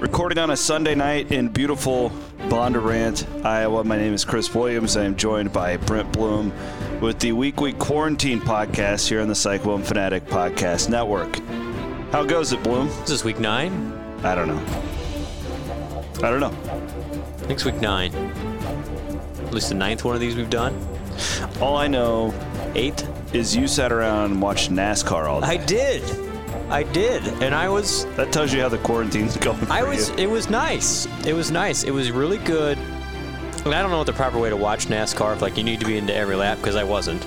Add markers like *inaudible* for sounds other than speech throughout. Recording on a Sunday night in beautiful Bondurant, Iowa. My name is Chris Williams. I am joined by Brent Bloom with the weekly quarantine podcast here on the Cyclone Fanatic Podcast Network. How goes it, Bloom? Is this week nine? I don't know. I don't know. I think it's week nine. At least the ninth one of these we've done. All I know Eight? is you sat around and watched NASCAR all I day. did. I did. And I was that tells you how the quarantine's *laughs* going. I for was you. it was nice. It was nice. It was really good. And I don't know what the proper way to watch NASCAR if like you need to be into every lap because I wasn't.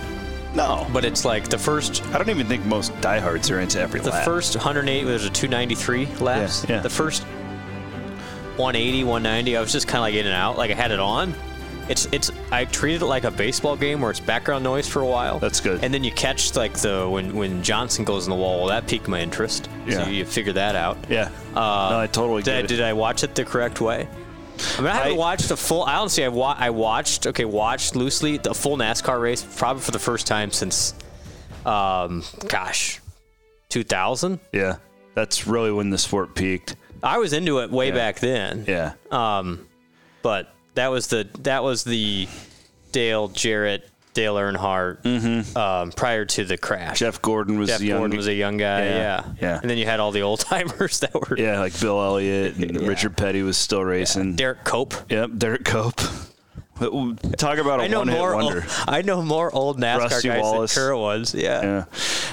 no, but But it's like the first I don't even think most diehards are into every the lap. first 108 there's a 293 laps. Yeah, yeah. The first 180, 190 I was just kind of like in and out. Like I had it on. It's it's I treated it like a baseball game where it's background noise for a while. That's good. And then you catch like the when when Johnson goes in the wall. Well, that piqued my interest. Yeah. So you, you figure that out. yeah, uh, no, I totally Did I, get it. did I watch it the correct way? I mean, I haven't I- watched the full. I honestly, I, wa- I watched okay, watched loosely the full NASCAR race probably for the first time since, um, gosh, 2000. Yeah, that's really when the sport peaked. I was into it way back then. Yeah, Um, but that was the that was the Dale Jarrett, Dale Earnhardt. Um, prior to the crash, Jeff Gordon was Jeff Mm-hmm. young. Gordon was a young guy. Yeah, Yeah, yeah. And then you had all the old *laughs* timers that *laughs* were yeah, like Bill Elliott and Richard Petty was still racing. Derek Cope. yep, Derek Cope. *laughs* Talk about a I know one-hit more. wonder. Old, I know more old NASCAR Rusty guys Wallace. than current ones. Yeah.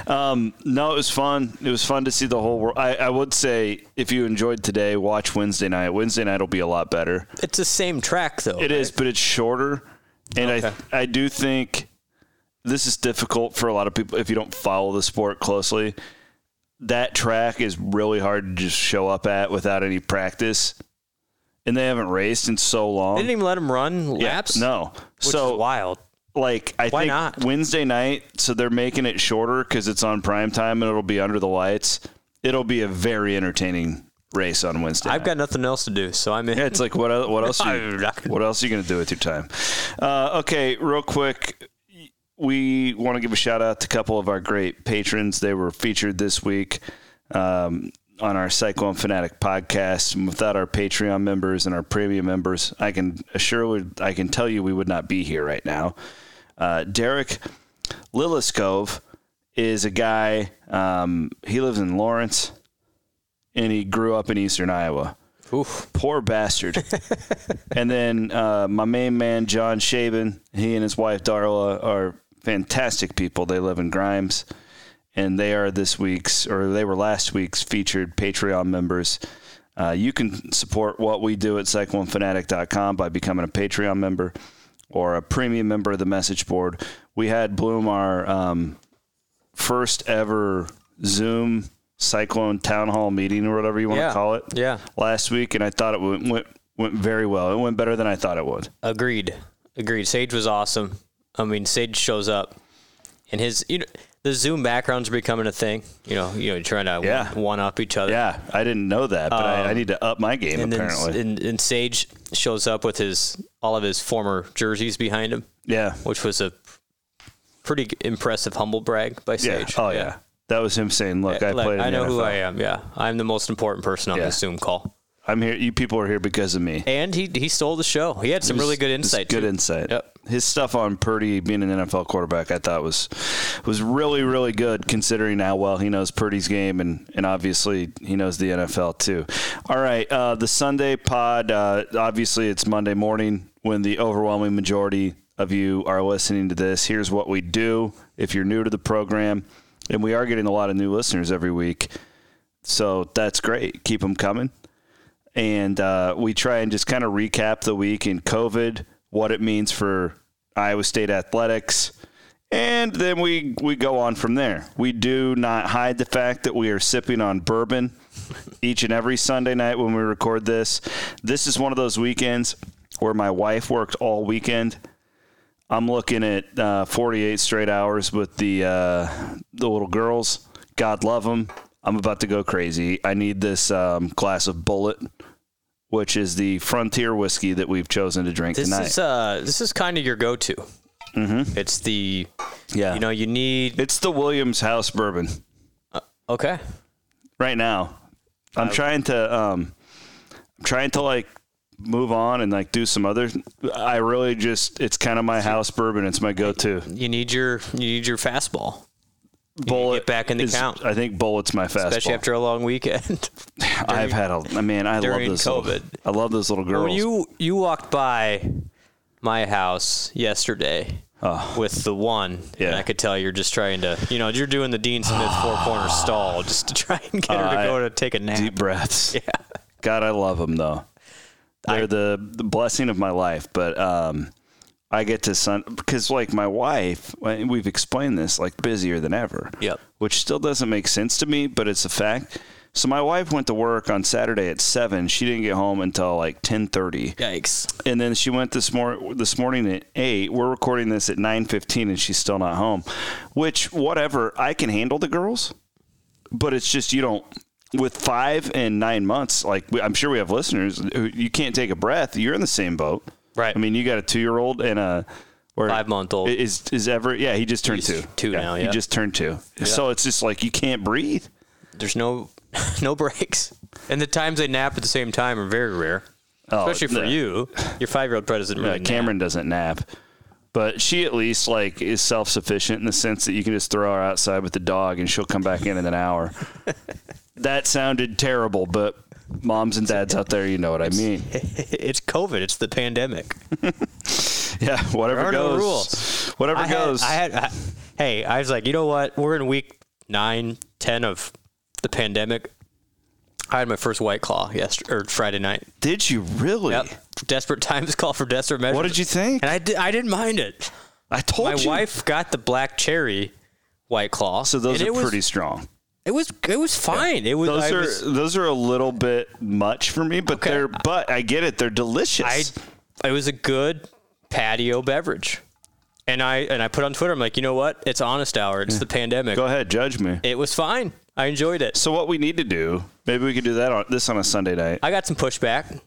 Yeah. Um, no, it was fun. It was fun to see the whole world. I, I would say if you enjoyed today, watch Wednesday night. Wednesday night will be a lot better. it's the same track though. It is, but it's shorter, and Okay. I I do think this is difficult for a lot of people if you don't follow the sport closely. That track is really hard to just show up at without any practice, and they haven't raced in so long. They didn't even let him run laps. No, which so is wild. like I Why think not? Wednesday night, so they're making it shorter because it's on prime time and it'll be under the lights. It'll be a very entertaining race on Wednesday. I've got nothing else to do, so I'm in. *laughs* Yeah, it's like what el- what else are I'm you, not gonna- what else are you going to do with your time? Uh, okay, real quick, we want to give a shout out to a couple of our great patrons. They were featured this week um, on our Cyclone Fanatic podcast. And without our Patreon members and our premium members, I can assure I can tell you we would not be here right now. Uh, Derek Lilliscove is a guy. Um, he lives in Lawrence, and he grew up in Eastern Iowa Oof. poor bastard. and then uh, my main man John Shaven, he and his wife Darla are fantastic people. They live in Grimes, and they are this week's or they were last week's featured Patreon members. Uh, you can support what we do at cyclonefanatic.com by becoming a Patreon member or a premium member of the message board. We had Bloom, our um, first ever Zoom Cyclone Town Hall meeting or whatever you want Yeah. to call it Yeah. last week, and I thought it went, went went very well. It went better than I thought it would. Agreed. Agreed. Sage was awesome. I mean, Sage shows up, and his you know the Zoom backgrounds are becoming a thing. You know, you know, you're trying to Yeah. one, one up each other. Yeah, I didn't know that, but I, I need to up my game Um, And then apparently. and, and Sage shows up with his all of his former jerseys behind him, yeah, which was a pretty impressive humble brag by yeah. Sage. Oh yeah. that was him saying, "Look, I Like, played. In I know who I am. am. Yeah, I'm the most important person on Yeah. this Zoom call. I'm here. You people are here because of me." And he he stole the show. He had some really good Just insight. Good too. insight. Yep. His stuff on Purdy being an NFL quarterback, I thought was was really really good considering how well he knows Purdy's game and and obviously he knows the NFL too. All right, uh, the Sunday pod. Uh, obviously, it's Monday morning when the overwhelming majority of you are listening to this. Here's what we do. If you're new to the program, and we are getting a lot of new listeners every week. So that's great. Keep them coming and uh, we try and just kind of recap the week in COVID, what it means for Iowa State athletics, and then we we go on from there. We do not hide the fact that we are sipping on bourbon each and every Sunday night when we record this. This is one of those weekends where my wife worked all weekend. I'm looking at uh, 48 straight hours with the uh, the little girls. God love them. I'm about to go crazy. I need this um, glass of Bullet, which is the frontier whiskey that we've chosen to drink This tonight. is uh this is kind of your go-to. Mm-hmm. It's the yeah, you know you need it's the Williams House bourbon okay right now. I'm trying to um, I'm trying to like move on and like do some other. I really just it's kind of my house bourbon. It's my go-to. You need your you need your fastball, Bullet get back in the is- count. I think bullet's my fastball. especially after a long weekend. *laughs* I've had a I mean I love during those. little- COVID. I love those little girls. when you you walked by my house yesterday with the one, and Ah. Yeah. I could tell you're just trying to, you know, you're doing the Dean Smith four *sighs* corner stall just to try and get her to I- go to take a nap. Deep breaths. Yeah. God, I love them though. They're the, the blessing of my life. But um, I get to sun because like my wife, and we've explained this like busier than ever. Yep. Which still doesn't make sense to me, but it's a fact. So my wife went to work on Saturday at seven. She didn't get home until like ten thirty *laughs* Yikes! and then she went this mor- this morning at eight. We're recording this at nine fifteen, and she's still not home. Which, whatever, I can handle the girls, but it's just you don't. With five and nine months, like we, I'm sure we have listeners, who, you can't take a breath. You're in the same boat, Right. I mean, you got a two year old and a or Five-month-old. is is ever yeah. He just turned two. He's two now, yeah. he just turned two. So it's just like you can't breathe. There's no *laughs* no breaks, and the times they nap at the same time are very rare. Oh, Especially for no. you, your five-year-old probably doesn't really. Uh, Cameron doesn't nap, but she at least like is self sufficient in the sense that you can just throw her outside with the dog and she'll come back in in an *laughs* hour. that sounded terrible, but moms and dads out there, you know what I *laughs* mean. *laughs* nap. *laughs* it's COVID. It's the pandemic. Yeah, whatever There are no goes. rules. Whatever I had, goes. I had, I- hey, I was like, you know what? We're in week nine, ten of the pandemic. I had my first White Claw yesterday or Friday night. did you really? Yep. Desperate times call for desperate measures. What did you think? And I, di- I didn't mind it. I told My you. wife got the black cherry White Claw. So those and are it was- pretty strong. It was it was fine. It was. Those I are was- those are a little bit much for me, but Okay. they're but I get it. They're delicious. I it was a good patio beverage. And I and I put on Twitter. I'm like, you know what? It's honest hour. It's the pandemic. Go ahead, judge me. It was fine. I enjoyed it. So what we need to do? Maybe we could do that on this on a Sunday night. I got some pushback,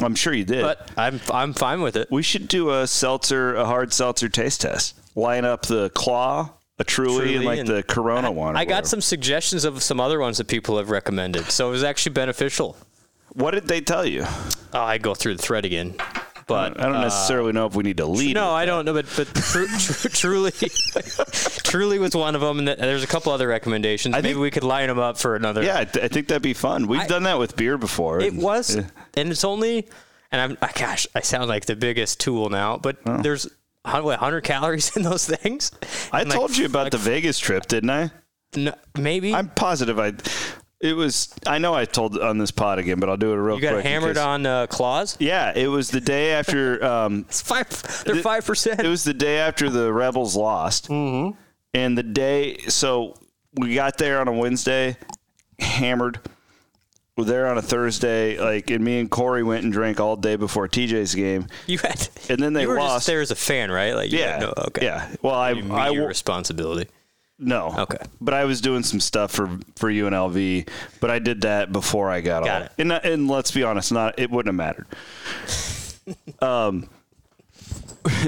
I'm sure you did. but I'm I'm fine with it. we should do a seltzer, a hard seltzer taste test. Line up the claw, a truly, Truly and like and- the Corona one. or I got whatever. some suggestions of some other ones that people have recommended, so it was actually beneficial. What did they tell you? Oh, I go through the thread again, I but don't necessarily know if we need to lead. Uh, no, I don't know. But but tru- *laughs* tru- truly, truly was one of them, and th- there's a couple other recommendations. Maybe think- we could line them up for another. Yeah, I, th- I think that'd be fun. We've done that with beer before. It was, and it's only, and I'm, ah, gosh, I sound like the biggest tool now, but there's hun- what, 100 calories in those *laughs* things. I And, like, told you about the Vegas trip, didn't I? no, maybe I'm positive I. It was. I know I told on this pod again, but I'll do it real you got quick. hammered because- on uh, claws. Yeah, it was the day after *laughs* um, It's five. They're five it percent. was the day after the rebels lost mm-hmm. and the day so we got there on a wednesday hammered we're there on a thursday like and me and corey went and drank all day before tj's game *laughs* You had, *laughs* and then they you were lost just there as a fan, right? Like, you yeah had no- okay. yeah well i You i meet your w- responsibility. no Okay. but i was doing some stuff for for unlv but i did that before i got, Got all it. and and let's be honest not it wouldn't have *laughs* mattered Um,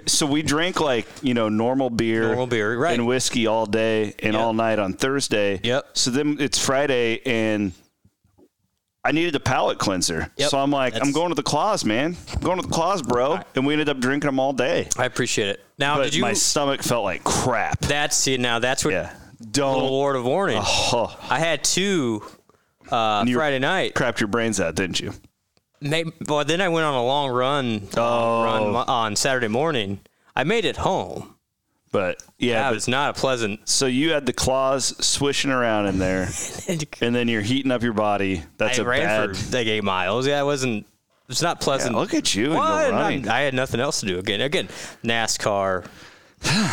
so we drank like you know normal beer, Normal beer, right. and whiskey all day and all night on Thursday. Yep. So then it's Friday and I needed a palate cleanser. Yep. So I'm like, I'm That's- going to the claws, man. I'm going to the claws, bro. And we ended up drinking them all day. I appreciate it. Now, But did you? my stomach felt like crap. that's see, now that's what yeah. a Don't little word of warning. oh, I had two uh, you- Friday night. crap your brains out, didn't you? May well, then I went on a long run, long Oh. run mo- on Saturday morning. I made it home. But yeah, That but, was not a pleasant. *laughs* so you had the claws swishing around in there, and then you're heating up your body. That's I a ran bad. for like eight miles. Yeah, it wasn't. It's not pleasant. Look at you and Well, the and running. I'm- I had nothing else to do again. Again, *sighs* NASCAR,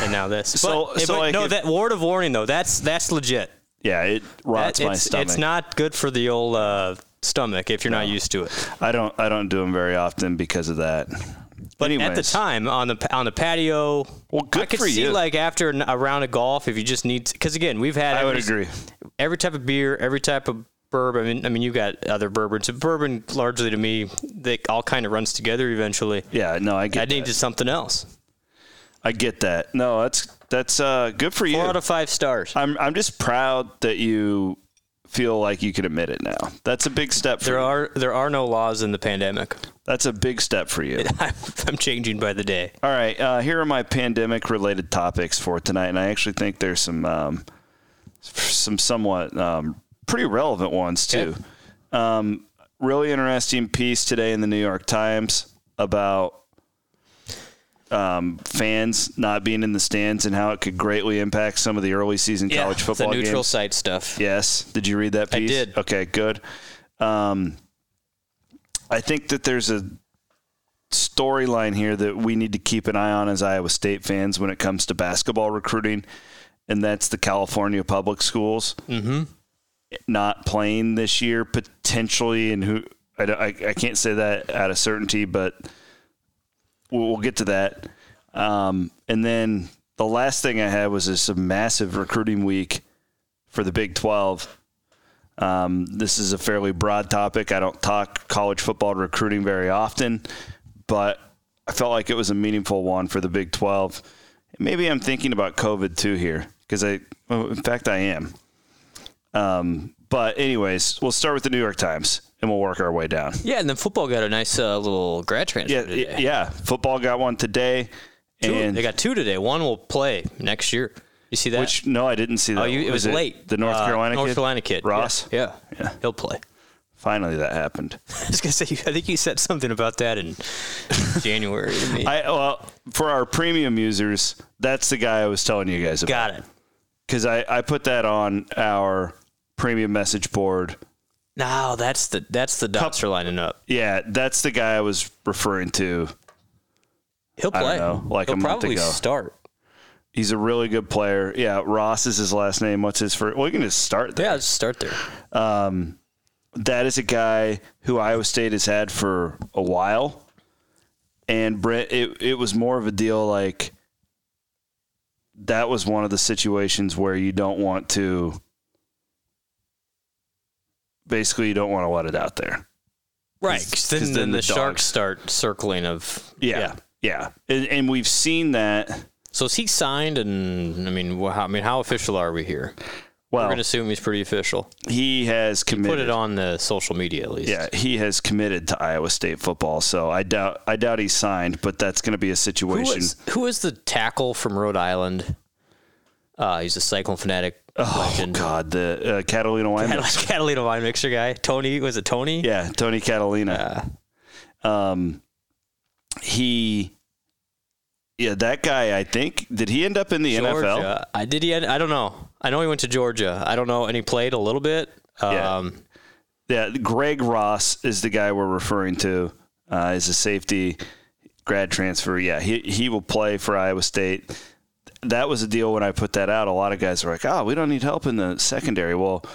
and now this. But, So- eh, so, but like, no, if- that word of warning though. That's that's legit. Yeah, it That- rots my it's, stomach. it's not good for the old uh, stomach if you're not used to it. I don't I don't do them very often because of that. But at the Anyways. time on the on the patio, Well, good I could for see you. like after an- a round of golf, if you just need, because again, we've had I would every- agree. every type of beer, every type of bourbon. I mean, I mean, you got other bourbons. Bourbon, largely to me, they all kind of runs together eventually. Yeah, no, I I get that. needed something else. I get that. No, that's that's uh, good for you. Four out of five stars. I'm I'm just proud that you feel like you can admit it now. That's a big step for There you. are there are no laws in the pandemic. *laughs* That's a big step for you. I'm, I'm changing by the day. All right, uh, here are my pandemic-related topics for tonight, and I actually think there's some um, some somewhat um, pretty relevant ones too. Okay. Um, really interesting piece today in the New York Times about um, fans not being in the stands and how it could greatly impact some of the early season college football the neutral games. site stuff. Yes. Did you read that piece? did. Okay, good. Um, I think that there's a storyline here that we need to keep an eye on as Iowa State fans when it comes to basketball recruiting, and that's the California public schools not playing this year potentially, and who I, don't- I, I can't say that out of certainty, but we'll, we'll get to that. Um, and then the last thing I had was this massive recruiting week for the Big 12. Um, this is a fairly broad topic. I don't talk college football recruiting very often, but I felt like it was a meaningful one for the Big 12. Maybe I'm thinking about COVID too here because I, well, in fact, I am. Um, but anyways, we'll start with the New York Times and we'll work our way down. Yeah, and then football got a nice uh, little grad transfer. Yeah, today. yeah. Football got one today, Two- and they got two today. One will play next year. You see that? which no, I didn't see that. oh, you, it was, late. The North Uh, Carolina North kid? Carolina kid Ross. Yeah, yeah. he'll play. *laughs* Finally, that happened. I was gonna say, I think you said something about *laughs* that in January. to me. I well for our premium users, that's the guy I was telling you guys about got it. because I I put that on our premium message board. No, that's the that's the dots are lining up. Yeah, that's the guy I was referring to. He'll play. don't know, like a he'll month probably ago. start. He's a really good player. Yeah, Ross is his last name. What's his first? Well, we can just start there. Yeah, just start there. that is a guy who Iowa State has had for a while. And Brent, it, it was more of a deal like that was one of the situations where you don't want to basically you don't want to let it out there. Right. 'cause then, then then, the the, dogs- sharks start circling of Yeah. Yeah. And, and we've seen that. So is he signed? And I mean, wha- how, I mean, how official are we here? We're Well, gonna assume he's pretty official. he has committed. Put it on the social media at least. Yeah, he has committed to Iowa State football, so I doubt I doubt he signed, but that's going to be a Who situation. is, who is the tackle from Rhode Island? Uh, he's a Cyclone fanatic Oh, legend. God, the uh, Catalina Wyman. Catalina- *laughs* Catalina wine mixer guy. Tony was it Tony? Yeah, Tony Catalina. Um, he, yeah, that guy. I think did he end up in the NFL? Georgia. I did he? end- I don't know. I know he went to Georgia. I don't know, and he played a little bit. Um, Yeah. Yeah, Greg Ross is the guy we're referring to. Uh, is a safety grad transfer. Yeah, he he will play for Iowa State. That was a deal when I put that out. A lot of guys were like, "Oh, we don't need help in the secondary." Well,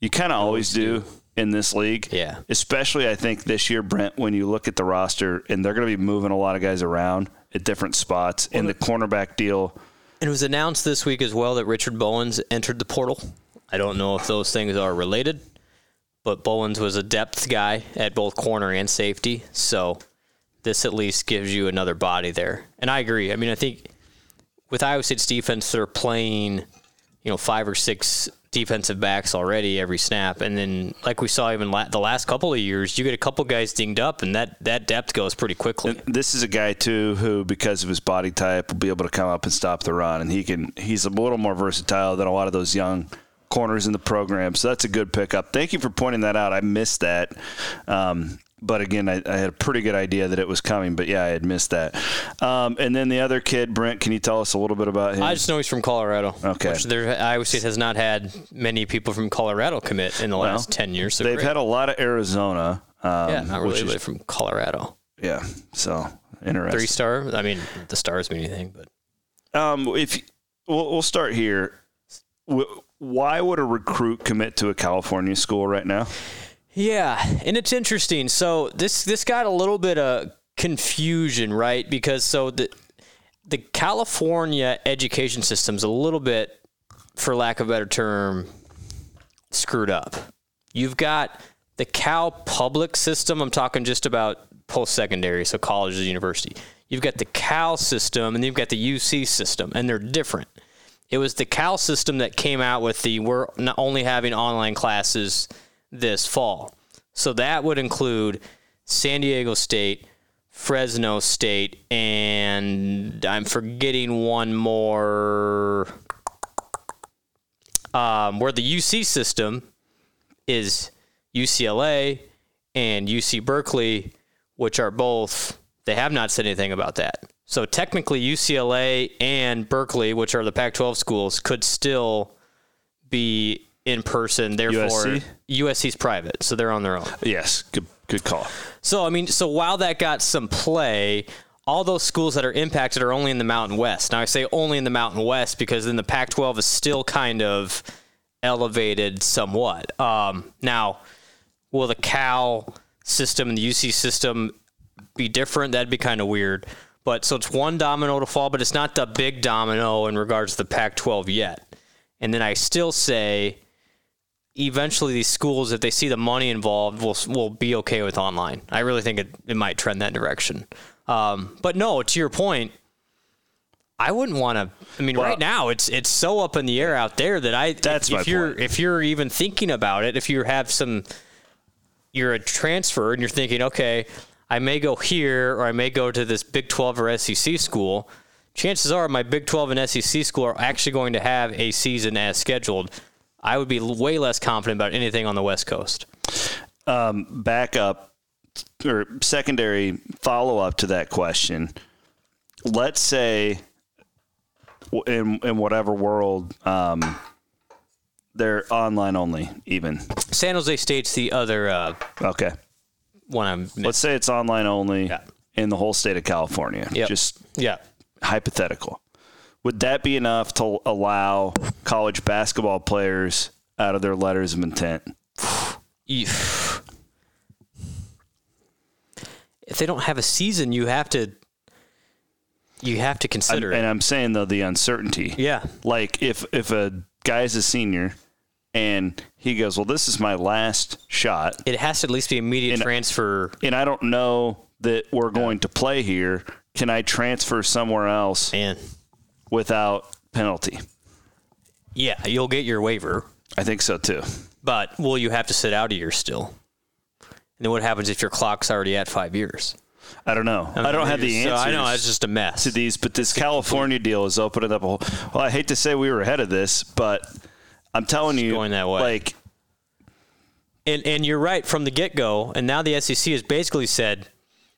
you kind of always do in this league. Yeah. especially I think this year, Brent, when you look at the roster and they're going to be moving a lot of guys around at different spots in the cornerback deal. And it was announced this week as well that Richard Bowens entered the portal. I don't know if those things are related, but Bowens was a depth guy at both corner and safety. So this at least gives you another body there. And I agree. I mean, I think with Iowa State's defense, they're playing, you know, five or six defensive backs already every snap. And then, like we saw even la- the last couple of years, you get a couple guys dinged up, and that, that depth goes pretty quickly. This is a guy too who, because of his body type, will be able to come up and stop the run, and he can. He's a little more versatile than a lot of those young corners in the program. So that's a good pickup. Thank you for pointing that out. I missed that, um, but again, I, I had a pretty good idea that it was coming. But yeah, I had missed that. Um, and then the other kid, Brent. Can you tell us a little bit about him? I just know he's from Colorado. Okay. Which there, Iowa State has not had many people from Colorado commit in the last 10 years. So They've great. had a lot of Arizona. Um, yeah, not which really, is- but from Colorado. yeah. So Three interesting. star. I mean, the stars mean anything, but Um, if we'll, we'll start here. W- Why would a recruit commit to a California school right now? Yeah, and it's interesting. So this this got a little bit of confusion, right? Because so the the California education system's a little bit, for lack of a better term, screwed up. You've got the Cal public system. I'm talking just about post secondary, so colleges, university. You've got the Cal system, and you've got the UC system, and they're different It was the Cal system that came out with the we're not only having online classes this fall. So that would include San Diego State, Fresno State, and I'm forgetting one more. Um, where the UC system is UCLA and UC Berkeley, which are both, they have not said anything about that. So technically, UCLA and Berkeley, which are the Pac 12 schools, could still be in person. Therefore, USC? USC's private, so they're on their own. Yes, good good call. So I mean, so while that got some play, all those schools that are impacted are only in the Mountain West. Now I say only in the Mountain West because then the Pac-12 is still kind of elevated somewhat. Um, now, will the Cal system and the UC system be different? That'd be kind of weird. But so it's one domino to fall, but it's not the big domino in regards to the Pac-12 yet. And then I still say eventually these schools, if they see the money involved, will will be okay with online. I really think it, it might trend that direction. Um, but no, to your point, I wouldn't want to. I mean, Well- right now it's it's so up in the air out there that I That's if, my if you're point. if you're even thinking about it, if you have some, you're a transfer and you're thinking, okay, I may go here or I may go to this Big Twelve or SEC school. Chances are, my Big Twelve and SEC school are actually going to have a season as scheduled. I would be l- way less confident about anything on the West Coast. Back up or secondary follow up to that question. Let's say w- in in whatever world um, they're online only even. San Jose State's the other uh, Okay. one I'm. missing. Let's say it's online only in the whole state of California. Yep. Just yeah, hypothetical. Would that be enough to allow college basketball players out of their letters of intent? if if they don't have a season, you have to you have to consider And it. I'm saying though the uncertainty. Yeah, Like if if a guy's a senior and he goes, "Well, this is my last shot it has to at least be immediate transfer. and I don't know that we're going to play here. Can I transfer somewhere else Man, without penalty?" yeah, you'll get your waiver, I think so too. but will you have to sit out a year still? And then what happens if your clock's already at five years? I don't know. I don't have the answers. So I know it's just a mess. to these, but this California deal is opening up a whole. Well, I hate to say we were ahead of this, but I'm telling you, going that way. Like, and and you're right from the get go. And now the SEC has basically said,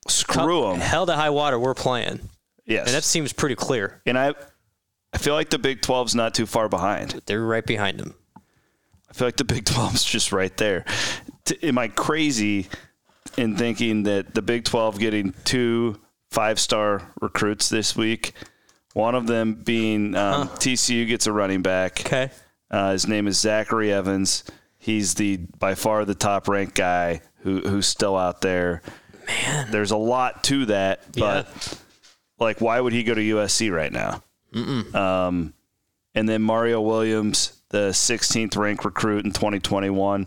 screw them. hell to high water, we're playing. Yes, And that seems pretty clear. and I, I feel like the Big 12's not too far behind. They're right behind them. I feel like the Big *laughs* 12's just right there. T- am I crazy in thinking that the Big 12 getting two five-star recruits this week? One of them being um, TCU gets a running back. Okay. Uh, his name is Zachary Evans. He's the by far the top ranked guy who who's still out there. Man, there's a lot to that, but like, why would he go to USC right now? Um, and then Mario Williams, the 16th ranked recruit in 2021,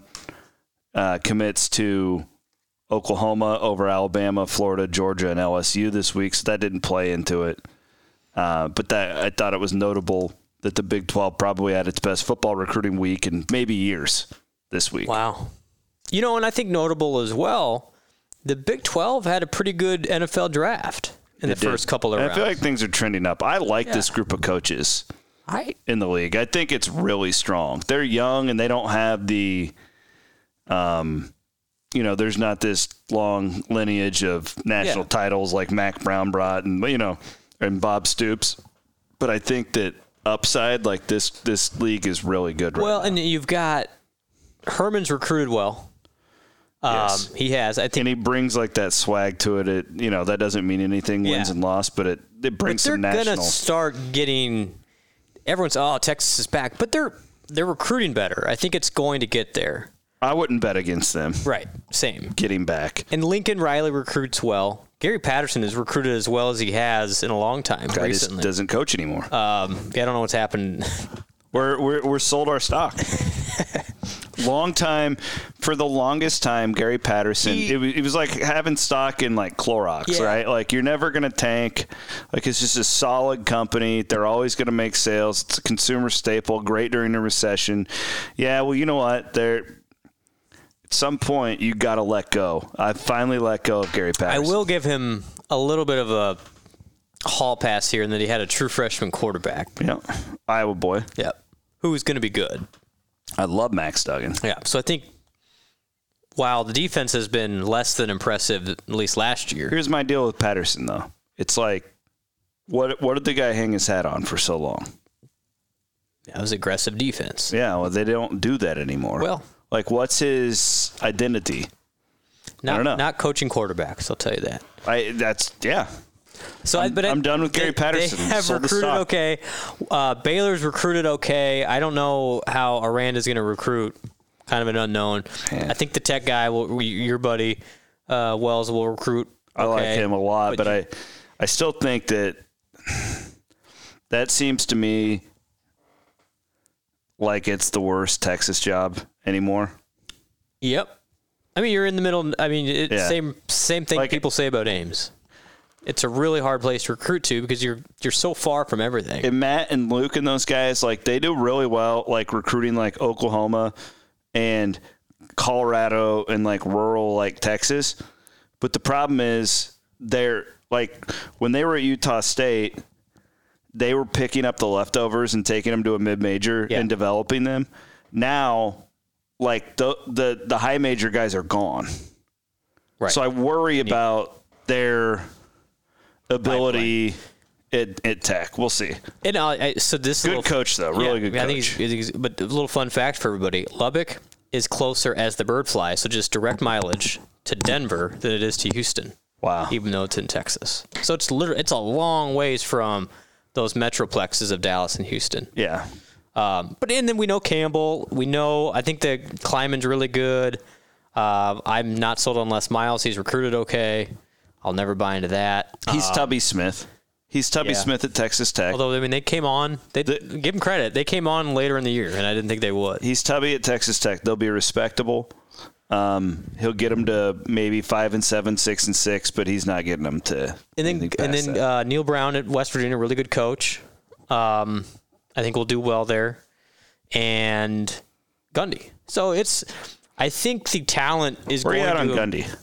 uh, commits to Oklahoma over Alabama, Florida, Georgia, and LSU this week. So that didn't play into it. Uh, but that I thought it was notable that the Big 12 probably had its best football recruiting week in maybe years this week. Wow. You know, and I think notable as well, the Big 12 had a pretty good NFL draft in the Did. first couple of And rounds. I feel like things are trending up. I like this group of coaches I, in the league. I think it's really strong. They're young and they don't have the, um, you know, there's not this long lineage of national Yeah. titles like Mac Brown brought and you know, and Bob Stoops. But I think that upside like this this league is really good. Right well, and you've got Herman's recruited well. Um, Yes. He has. I think and he brings like that swag to it. It you know that doesn't mean anything wins Yeah. and loss, but it it brings they're some national. going to start getting everyone's, oh, Texas is back, but they're they're recruiting better. I think it's going to get there. I wouldn't bet against them Right. Same. getting back. And Lincoln Riley recruits well. Gary Patterson has recruited as well as he has in a long time Guy just recently. doesn't coach anymore. Um, yeah, I don't know what's happened *laughs* we're, we're we're sold our stock. Long time for the longest time, Gary Patterson, He- it, was, it was like having stock in like Clorox, Yeah. right? Like you're never going to tank. Like it's just a solid company. They're always going to make sales. It's a consumer staple, great during the recession. Yeah, well, you know what? They're at some point you got to let go. I finally let go of Gary I Patterson. will give him a little bit of a hall pass here in that he had a true freshman quarterback. Yeah. Iowa boy. Yep. Who's going to be good. I love Max Duggan. Yeah. So I think while the defense has been less than impressive, at least last year, Here's my deal with Patterson though. It's like what what did the guy hang his hat on for so long? that was aggressive defense. Yeah, well, they don't do that anymore. Well- like, what's his identity? Not, don't know. not coaching quarterbacks, I'll tell you that. I that's yeah. So i but I- I'm done with Gary they- Patterson. They have Sold the recruited stock. okay. Uh, Baylor's recruited okay. I don't know how Aranda's going to recruit. Kind of an unknown. Man. I think the tech guy, will, your buddy uh, Wells, will recruit. I like okay. him a lot, but, I I still think that that seems to me like it's the worst Texas job anymore. Yep. I mean, you're in the middle. I mean, it, Yeah. same same thing Like- people say about Ames. It's a really hard place to recruit to because you're you're so far from everything. And Matt and Luke and those guys, like they do really well, like recruiting like Oklahoma and Colorado and like rural like Texas. But the problem is they're like when they were at Utah State, they were picking up the leftovers and taking them to a mid major Yeah. and developing them. Now, like the the the high major guys are gone. Right. So I worry about their ability at, at tech. We'll see. and I, I, so this Good little, coach though, really Yeah, good coach. I think he's, I think he's- but a little fun fact for everybody: Lubbock is closer as the bird flies, so just direct mileage to Denver than it is to Houston, wow. even though it's in Texas. So it's literally it's a long ways from those metroplexes of Dallas and Houston. yeah. Um, but and then we know Campbell. We know I think the Kleiman's really good. Uh, I'm not sold on Les Miles. He's recruited okay. I'll never buy into that. He's Tubby Smith. He's Tubby Um, yeah. Smith at Texas Tech. Although I mean, they came on. They give him credit. They came on later in the year, and I didn't think they would. he's Tubby at Texas Tech. They'll be respectable. Um, he'll get them to maybe five and seven, six and six, but he's not getting them to. And then anything past and then that. uh, Neil Brown at West Virginia, really good coach. Um, I think will do well there. And Gundy. So it's. I think the talent is where are going you at on to Gundy?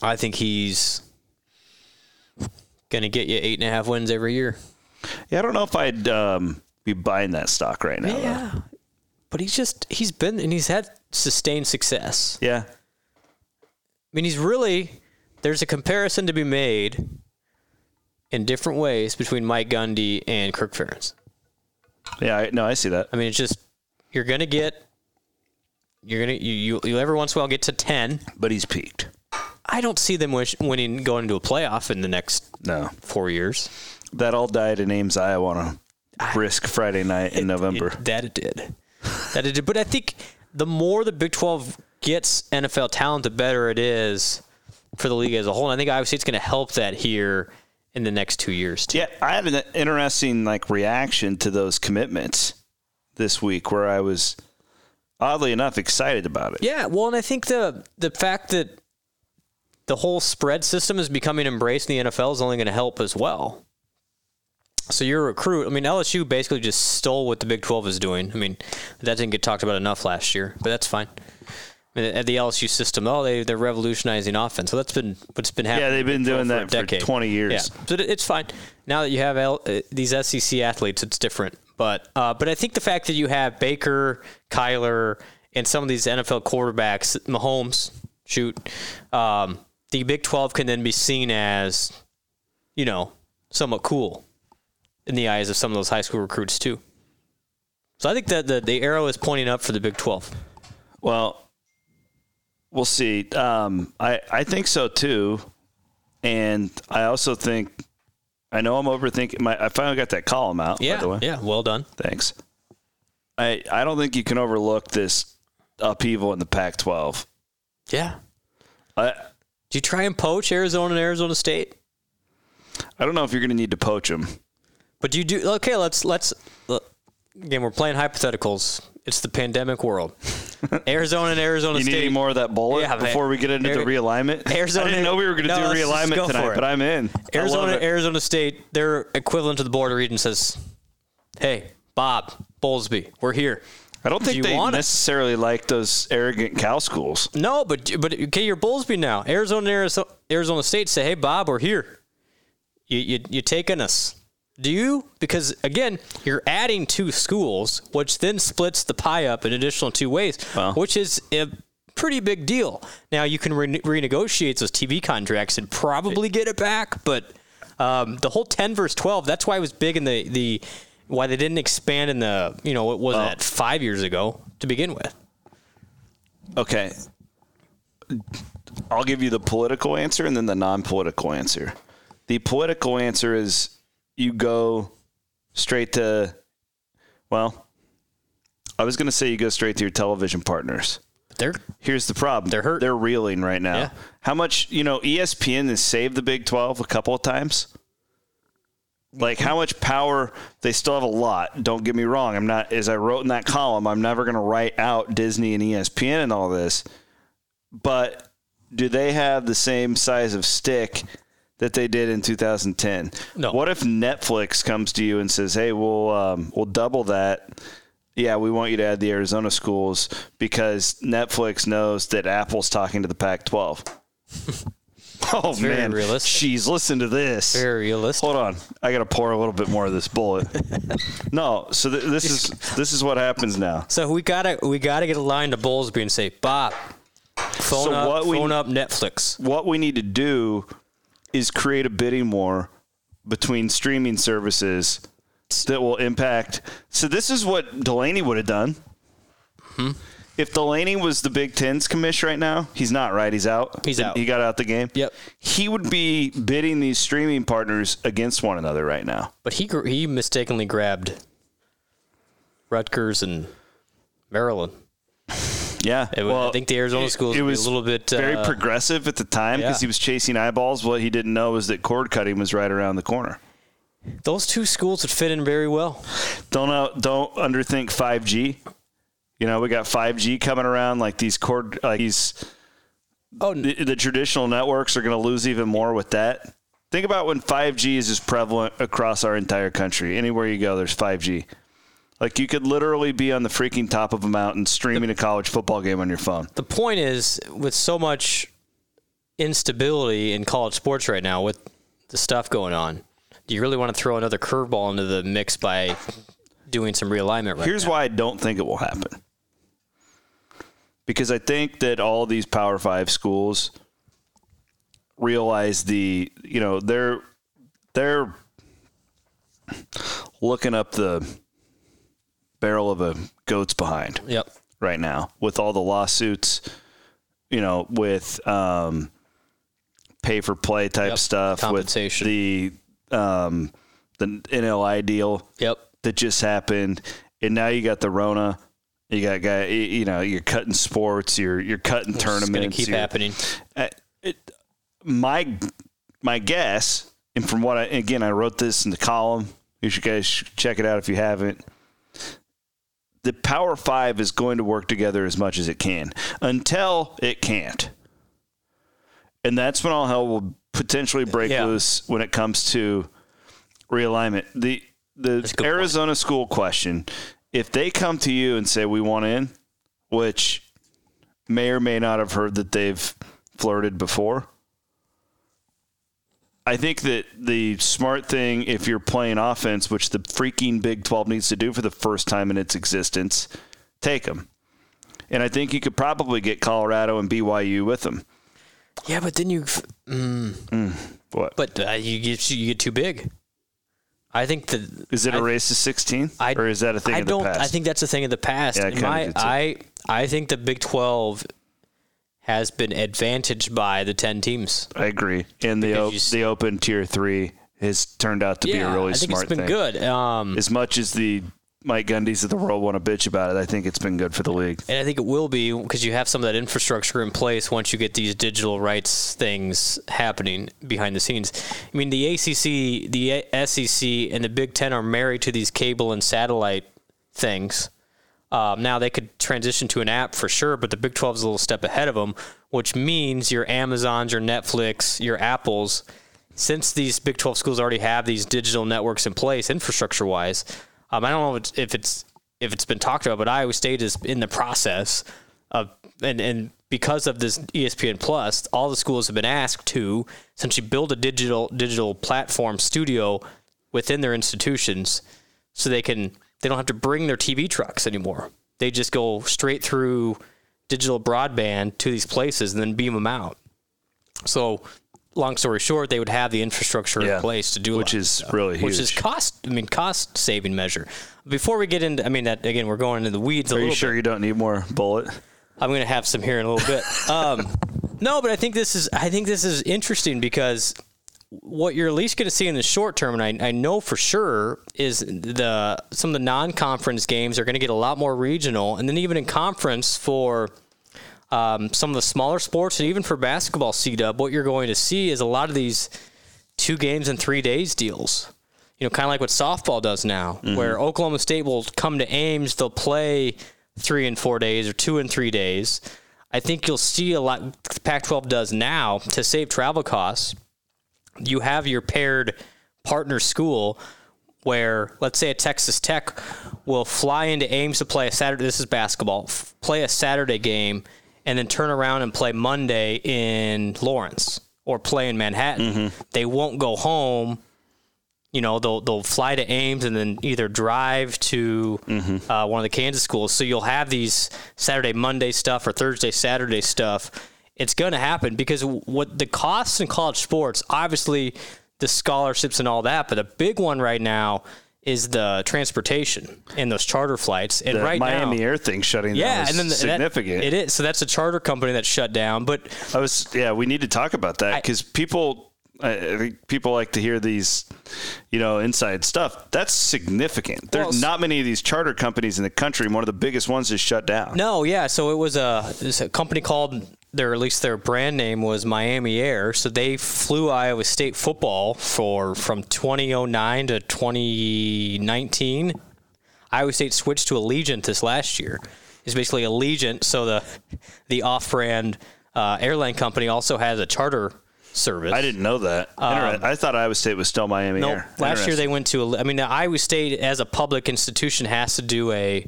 I think he's gonna get you eight and a half wins every year. Yeah, I don't know if I'd um, be buying that stock right now. though. But he's just he's been and he's had sustained success. Yeah. I mean he's really there's a comparison to be made in different ways between Mike Gundy and Kirk Ferentz. Yeah. I, no, I see that. I mean it's just you're gonna get you're gonna you you you every once in a while get to ten. But he's peaked. I don't see them wish, winning going into a playoff in the next No, four years. that all died in Ames, Iowa, on a brisk Friday night in November. *laughs* It- that it did. That it did. But I think the more the Big 12 gets NFL talent, the better it is for the league as a whole. And I think obviously it's going to help that here in the next two years. Too. Yeah, I had an interesting like reaction to those commitments this week, where I was oddly enough excited about it. Yeah. Well, and I think the the fact that the whole spread system is becoming embraced in the NFL is only going to help as well. So you're a recruit. I mean, LSU basically just stole what the Big 12 is doing. I mean, that didn't get talked about enough last year, but that's fine. I mean, at the LSU system, oh, they they're revolutionizing offense. So that's been what's been happening. Yeah, they've been doing that for decade. 20 years. Yeah, so it- it's fine. Now that you have L, uh, these SEC athletes, it's different. But uh, but I think the fact that you have Baker, Kyler, and some of these NFL quarterbacks, Mahomes, shoot, um, the Big Twelve can then be seen as, you know, somewhat cool in the eyes of some of those high school recruits too. So I think that the, the arrow is pointing up for the Big Twelve. Well, we'll see. Um, I I think so too, and I also think I know I'm overthinking. My I finally got that column out. Yeah, by the way. yeah, well done. Thanks. I I don't think you can overlook this upheaval in the Pac-12. Yeah. I Do you try and poach Arizona and Arizona State? I don't know if you're going to need to poach them. But do you do okay? Let's let's look, again. We're playing hypotheticals. It's the pandemic *laughs* world. Arizona and Arizona You need State. any more of that bullet Yeah, man. before we get into the Ari- realignment? *laughs* Arizona- I didn't know we were going to No, do let's just realignment go for tonight, it. but I'm in. I love Arizona, it. Arizona State, their equivalent to the Board of Regents says, "Hey, Bob Bowlesby, we're here." I don't think you they want it? necessarily like those arrogant cow schools. No, but but okay, you're Bowlesby now. Arizona, Arizona, Arizona State say, "Hey, Bob, we're here." You you you taking us? Do you? Because again, you're adding two schools, which then splits the pie up an additional two ways, which is a pretty big deal. Now you can rene- renegotiate those TV contracts and probably get it back, but um, the whole ten versus twelve. That's why it was big in the the why they didn't expand in the you know what was that five years ago to begin with. Okay. I'll give you the political answer and then the non political answer. The political answer is you go straight to, well, I was going to say you go straight to your television partners. But they're Here's the problem. They're hurt. They're reeling right now. Yeah. How much, you know, E ESPN has saved the Big 12 a couple of times. Like how much power they still have a lot. Don't get me wrong. I'm not as I wrote in that column, I'm never going to write out Disney and E ESPN and all this. But do they have the same size of stick that they did in 2010? No. What if Netflix comes to you and says, "Hey, we'll um, we'll double that." Yeah, we want you to add the Arizona schools because Netflix knows that Apple's talking to the Pac-12. *laughs* oh very man, realistic. she's listen to this. very realistic. Hold on, I gotta pour a little bit more of this bullet. *laughs* no, so th- this is this is what happens now. So we gotta we gotta get a line to Bowlesby and say, Bob, phone So up, what we- phone up Netflix. what we need to do is create a bidding war between streaming services that will impact. So this is what Delaney would have done. Hmm? If Delaney was the Big Ten's commish right now, he's not right. He's out. He's out. He got out the game. Yep. He would be bidding these streaming partners against one another right now. But he gr- he mistakenly grabbed Rutgers and Maryland. Yeah. It was, I think the Arizona schools it would be was a little bit very uh, progressive at the time because he yeah. was chasing eyeballs. What he didn't know was that cord cutting was right around the corner. those two schools would fit in very well. don't out- don't underthink 5G. You know, we got 5G coming around. Like these cord, like these Oh, n- the, the traditional networks are going to lose even more with that. Think about when 5G is as prevalent across our entire country. Anywhere you go, there's 5G. Like you could literally be on the freaking top of a mountain streaming a college football game on your phone. the point is with so much instability in college sports right now with the stuff going on, do you really want to throw another curveball into the mix by doing some realignment right Here's why I don't think it will happen. Because I think that all these Power 5 schools realize the, you know, they're they're looking up the barrel of a goat's behind now? Yep. right now with all the lawsuits, you know, with um, pay for play type Yep. stuff, Compensation. with the um, the NLI deal Yep. that just happened, and now you got the Rona. You got guy, you you know, you're cutting sports, you're you're cutting It's tournaments. going to keep you're- happening. I- it, my my guess, and from what I again, I wrote this in the column. You should guys should check it out if you haven't. The Power Five is going to work together as much as it can until it can't, and that's when all hell will potentially break Yeah. loose when it comes to realignment. the The a good point. Arizona school question: If they come to you and say we want in, which may or may not have heard that they've flirted before. I think that the smart thing, if you're playing offense, which the freaking Big 12 needs to do for the first time in its existence, take them. And I think you could probably get Colorado and BYU with them. Yeah, but then you, f- What? but uh, you get you get too big. I think that Is it a I- race to 16? I- or is that a thing I of the don't. past? I think that's a thing of the past. Yeah, I In kinda my, do too. I I think the Big Twelve has been advantaged by the ten teams. I agree. And the, Because op- you s- the open tier three has turned out to be a really I think smart it's been thing. good. Um, As much as the Mike Gundy's of the world want to bitch about it, I think it's been good for the league. and I think it will be because you have some of that infrastructure in place once you get these digital rights things happening behind the scenes. I mean, the E ACC, the SEC, and the Big Ten are married to these cable and satellite things. Um, now they could transition to an app for sure, but the Big 12 is a little step ahead of them, which means your Amazons, your Netflix, your Apples, since these Big 12 schools already have these digital networks in place, infrastructure wise, um, I don't know if it's, if it's if it's been talked about, but Iowa State is in the process of and and because of this E ESPN Plus, all the schools have been asked to essentially build a digital digital platform studio within their institutions, so they can they don't have to bring their TV trucks anymore. They just go straight through digital broadband to these places and then beam them out. So, long story short, they would have the infrastructure Yeah. in place to do a Which lot of is stuff, really which is huge. cost. I mean, cost saving measure. Before we get into, I mean, that again, we're going into the weeds a Are little you sure bit. you don't need more bullet? I'm going to have some here in a little bit. Um, *laughs* no, but I think this is I think this is interesting because what you're at least going to see in the short term, and I, I know for sure, is the some of the non-conference games are going to get a lot more regional, and then even in conference for um, some of the smaller sports, and even for basketball, C Dub, what you're going to see is a lot of these two games in three days deals. You know, kind of like what softball does now, where Oklahoma State will come to Ames, they'll play three and four days or two and three days. I think you'll see a lot Pac 12 does now to save travel costs. You have your paired partner school where, let's say, a Texas Tech will fly into Ames to play a Saturday. This is basketball, f- play a Saturday game, and then turn around and play Monday in Lawrence or play in Manhattan. They won't go home you know they'll they'll fly to Ames and then either drive to Mm-hmm. uh, one of the Kansas schools. So you'll have these Saturday Monday stuff or Thursday Saturday stuff. It's going to happen because what the costs in college sports, obviously the scholarships and all that, but a big one right now is the transportation and those charter flights. And The right Miami now, Air thing shutting down yeah, is and then the, significant. That, it is so that's a charter company that shut down, but I was yeah. We need to talk about that because people, I I think people like to hear these, you know, inside stuff. That's significant. There's Well, s- not many of these charter companies in the country. One of the biggest ones is shut down. No, yeah. So it was a, it's a company called their at least their brand name was Miami Air. So they flew Iowa State football for from 2009 to 2019. Iowa State switched to Allegiant this last year. It's basically Allegiant. So the the off brand uh, airline company also has a charter service. I didn't know that. Inter- I thought Iowa State was still Miami No, Air. Um, last year Interesting. they went to. I mean, the Iowa State as a public institution has to do a,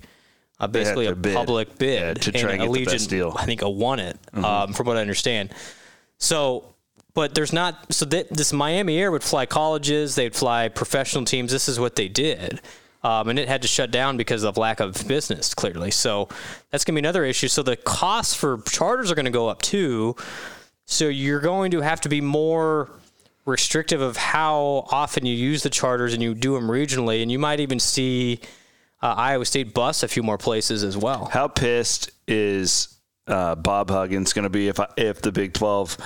a basically to a bid. public bid Yeah, to try and get the best deal. I think a won it, um, from what I understand. So, but there's not. So that this Miami Air would fly colleges, they'd fly professional teams. This is what they did. Um, and it had to shut down because of lack of business, clearly. So that's going to be another issue. So the costs for charters are going to go up too. So you're going to have to be more restrictive of how often you use the charters and you do them regionally. And you might even see uh, Iowa State bus a few more places as well. How pissed is uh, Bob Huggins going to be if I, if the Big Twelve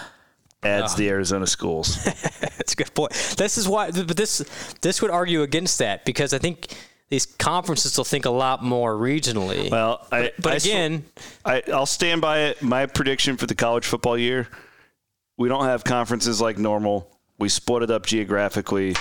adds the Arizona *laughs* schools? That's a good point. This is why, but this this would argue against that because I think these conferences will think a lot more regionally. Well, I, but I sw- again, I, I'll stand by it. My prediction for the college football year: we don't have conferences like normal. We split it up geographically.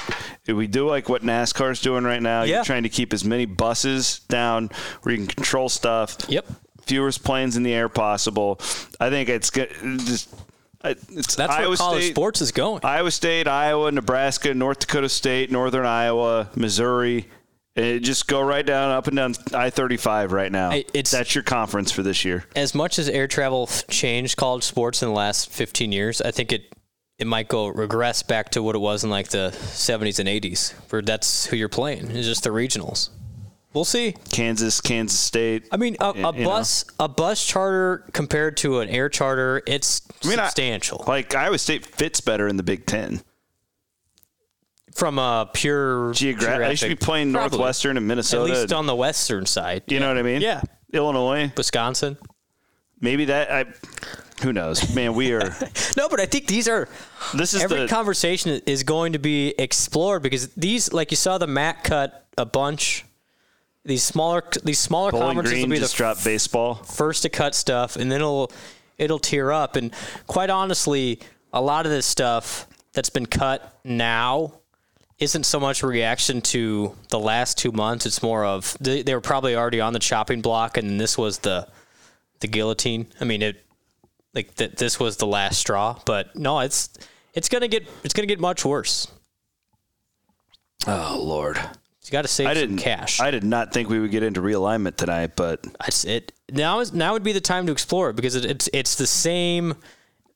We do like what NASCAR's doing right now. Yeah. You're trying to keep as many buses down where you can control stuff. Yep. Fewest planes in the air possible. I think it's good. Just I- it's that's Iowa where college State, sports is going. Iowa State, Iowa, Nebraska, North Dakota State, Northern Iowa, Missouri. Eh, just go right down up and down I thirty five right now. I- it's- That's your conference for this year. as much as air travel f- changed college sports in the last 15 years, I think it it might go regress back to what it was in like the 70s and 80s. Where that's who you're playing. It's just the regionals. We'll see. Kansas, Kansas State. I mean, a, a you know. bus a bus charter compared to an air charter, it's mean, I- substantial like Iowa State fits better in the Big Ten. from a Geogra- pure they should be geographic- playing Probably. Northwestern and At Minnesota. least on the western side, you know what I mean? Yeah. Illinois, Wisconsin. maybe that. I, who knows, man? We *laughs* are. No, but I think these are This is every the conversation is going to be explored because these, like you saw the Mac cut a bunch. These smaller, these smaller Bowling conferences Green will be the just dropped baseball. first to cut stuff, and then it'll it'll tear up. And quite honestly, a lot of this stuff that's been cut now isn't so much reaction to the last two months. It's more of they, they were probably already on the chopping block, and this was the the guillotine. I mean, it like that. This was the last straw. But no, it's it's gonna get it's gonna get much worse. Oh Lord, You got to save I some didn't cash. I did not think we would get into realignment tonight, but That's it. Now is now would be the time to explore it because it, it's it's the same.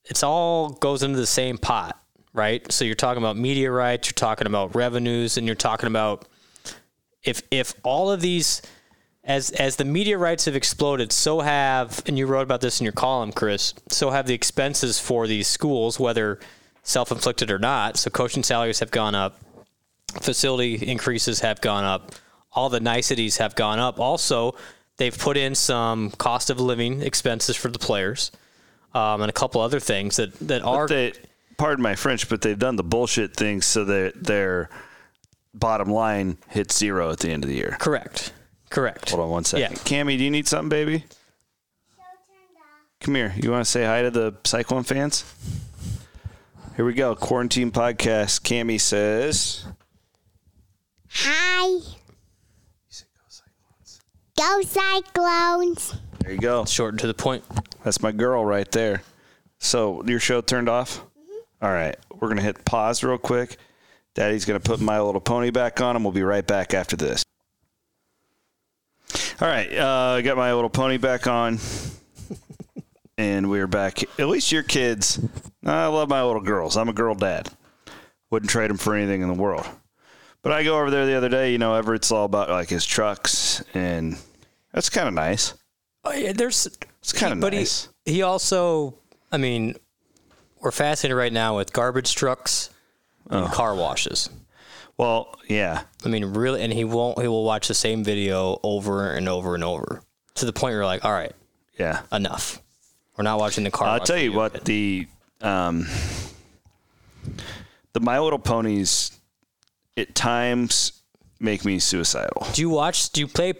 It's all goes into the same pot, right? So you're talking about media rights, you're talking about revenues, and you're talking about if if all of these as as the media rights have exploded, so have and you wrote about this in your column, Chris. So have the expenses for these schools, whether self inflicted or not. So coaching salaries have gone up, facility increases have gone up, all the niceties have gone up. Also, they've put in some cost of living expenses for the players, um, and a couple other things that that are they, pardon my French, but they've done the bullshit things so that their bottom line hits zero at the end of the year. correct. Correct. Hold on one second. Yeah. Cammy, do you need something, baby? Come here. You want to say hi to the Cyclone fans? Here we go. Quarantine podcast. Cammy says, Hi. Go Cyclones. "There you go. Short and to the point. That's my girl right there." So your show turned off. Mm-hmm. All right, we're gonna hit pause real quick. Daddy's gonna put My Little Pony back on, and we'll be right back after this. All right, uh, I got My Little Pony back *laughs* on, and we're back. At least your kids. I love my little girls. I'm a girl dad. Wouldn't trade them for anything in the world. But I go over there the other day. You know, Everett's all about like his trucks, and that's kind of nice. Oh, yeah, there's It's kind of but nice. he, he also, I mean, we're fascinated right now with garbage trucks Oh. and car washes. Well, yeah. I mean, really, and he won't. He will watch the same video over and over and over to the point where you're like, all right, Yeah. enough. We're not watching the car. I'll wash tell you video. what the um, the My Little Ponies at times make me suicidal. Do you watch? Do you play?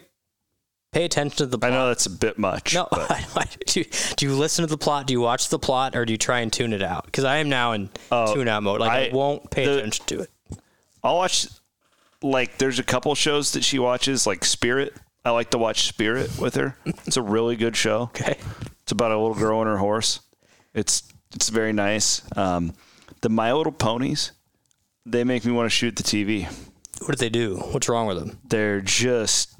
Pay attention to the. I Plot? know that's a bit much. *laughs* No, but- *laughs* do, you, do you listen to the plot? Do you watch the plot, or do you try and tune it out? Because I am now in tune out mode. Like I, Oh, I- won't pay the- attention to it. I'll watch like there's a couple shows that she watches, like Spirit. I like to watch Spirit with her. It's a really good show. Okay. It's about a little girl and her horse. It's it's very nice. Um, the My Little Ponies, they make me want to shoot the TV. What did they do? What's wrong with them? They're just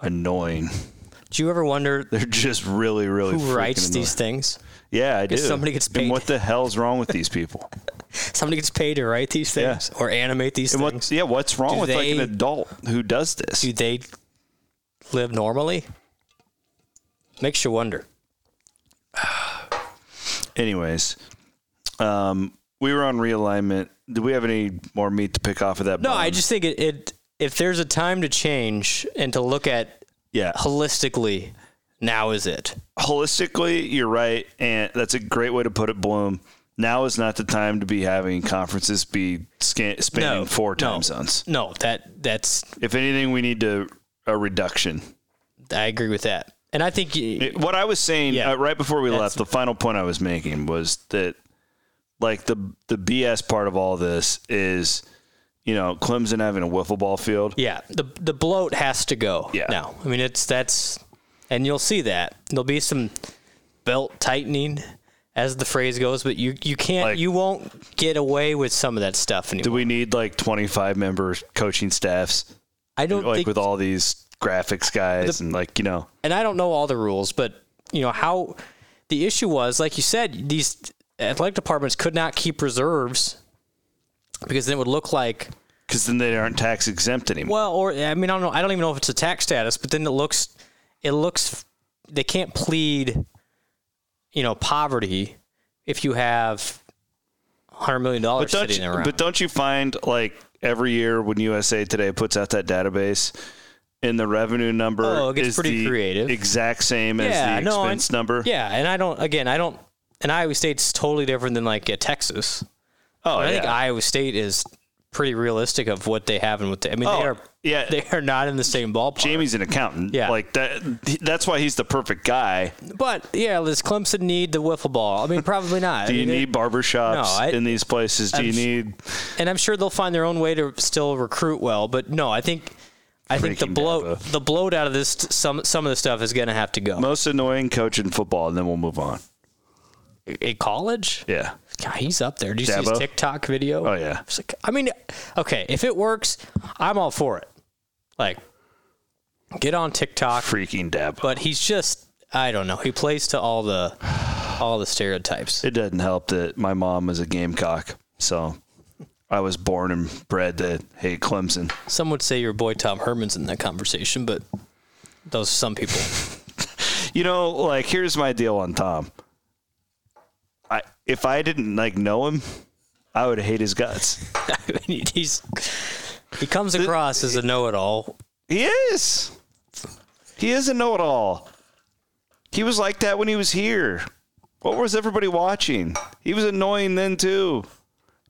annoying. *laughs* Do you ever wonder They're just really, really. who freaking writes these annoying. things? Yeah, I do. somebody gets And paid. what the hell's wrong with these *laughs* people? Somebody gets paid to write these Yeah. things or animate these And things. what's yeah, what's wrong Do with like an they- adult who does this? Do they live normally? Makes you wonder. Anyways, um, we were on realignment. Do we have any more meat to pick off of that? No, bone? I just think it, it. If there's a time to change and to look at yeah. holistically, now is it? Holistically, you're right, and that's a great way to put it, Bloom. Now is not the time to be having conferences be scan- spanning No, four time no. zones. No, that that's. If anything, we need to a reduction. I agree with that, and I think y- It- what I was saying Yeah. uh, right before we That's- left, the final point I was making was that like the the BS part of all this is, you know, Clemson having a wiffle ball field. yeah, the the bloat has to go. Yeah. Now, I mean, it's that's, and you'll see that there'll be some belt tightening, as the phrase goes. But you you can't Like- you won't get away with some of that stuff anymore. Do we need like 25 member coaching staffs, I don't like think with all these graphics guys and like you know? and I don't know all the rules, but you know how the issue was, like you said, these athletic departments could not keep reserves because then it would look like Because then they aren't tax exempt anymore. well, or I mean, I don't know, I don't even know if it's a tax status, but then it looks, it looks, they can't plead, you know, poverty if you have hundred million dollars But don't sitting you, around. but don't you find like every year when USA Today puts out that database? And the revenue number Oh, it gets is pretty the creative. exact same yeah, as the no, expense and- number. Yeah, and I don't. Again, I don't. And Iowa State's totally different than like uh, Texas. Oh, I think yeah. Iowa State is pretty realistic of what they have and what they. I mean, Oh, they are yeah. they are not in the same ballpark. Jamie's an accountant. Yeah. Like that. That's why he's the perfect guy. But yeah, does Clemson need the wiffle ball? I mean, probably not. Do I you mean, they- need barbershops No, I- in these places? Do I'm you s- need? and I'm sure they'll find their own way to still recruit well. But no, I think I think the Freaking bloat Dabo. the bloat out of this some some of the stuff is going to have to go. Most annoying coach in football, and then we'll move on. A college, Yeah. God, he's up there. Do you see Dabo? his TikTok video? Oh yeah. It's like- I mean, okay, if it works, I'm all for it. Like, get on TikTok. Freaking dab. But he's just I don't know. He plays to all the all the stereotypes. it doesn't help that my mom is a Gamecock, so I was born and bred to hate Clemson. Some would say your boy Tom Herman's in that conversation, but those are some people. You know, like here's my deal on Tom. I if I didn't like know him, I would hate his guts. I *laughs* mean, he's he comes across as a know-it-all. He is. He is a know-it-all. He was like that when he was here. What was everybody watching? He was annoying then too,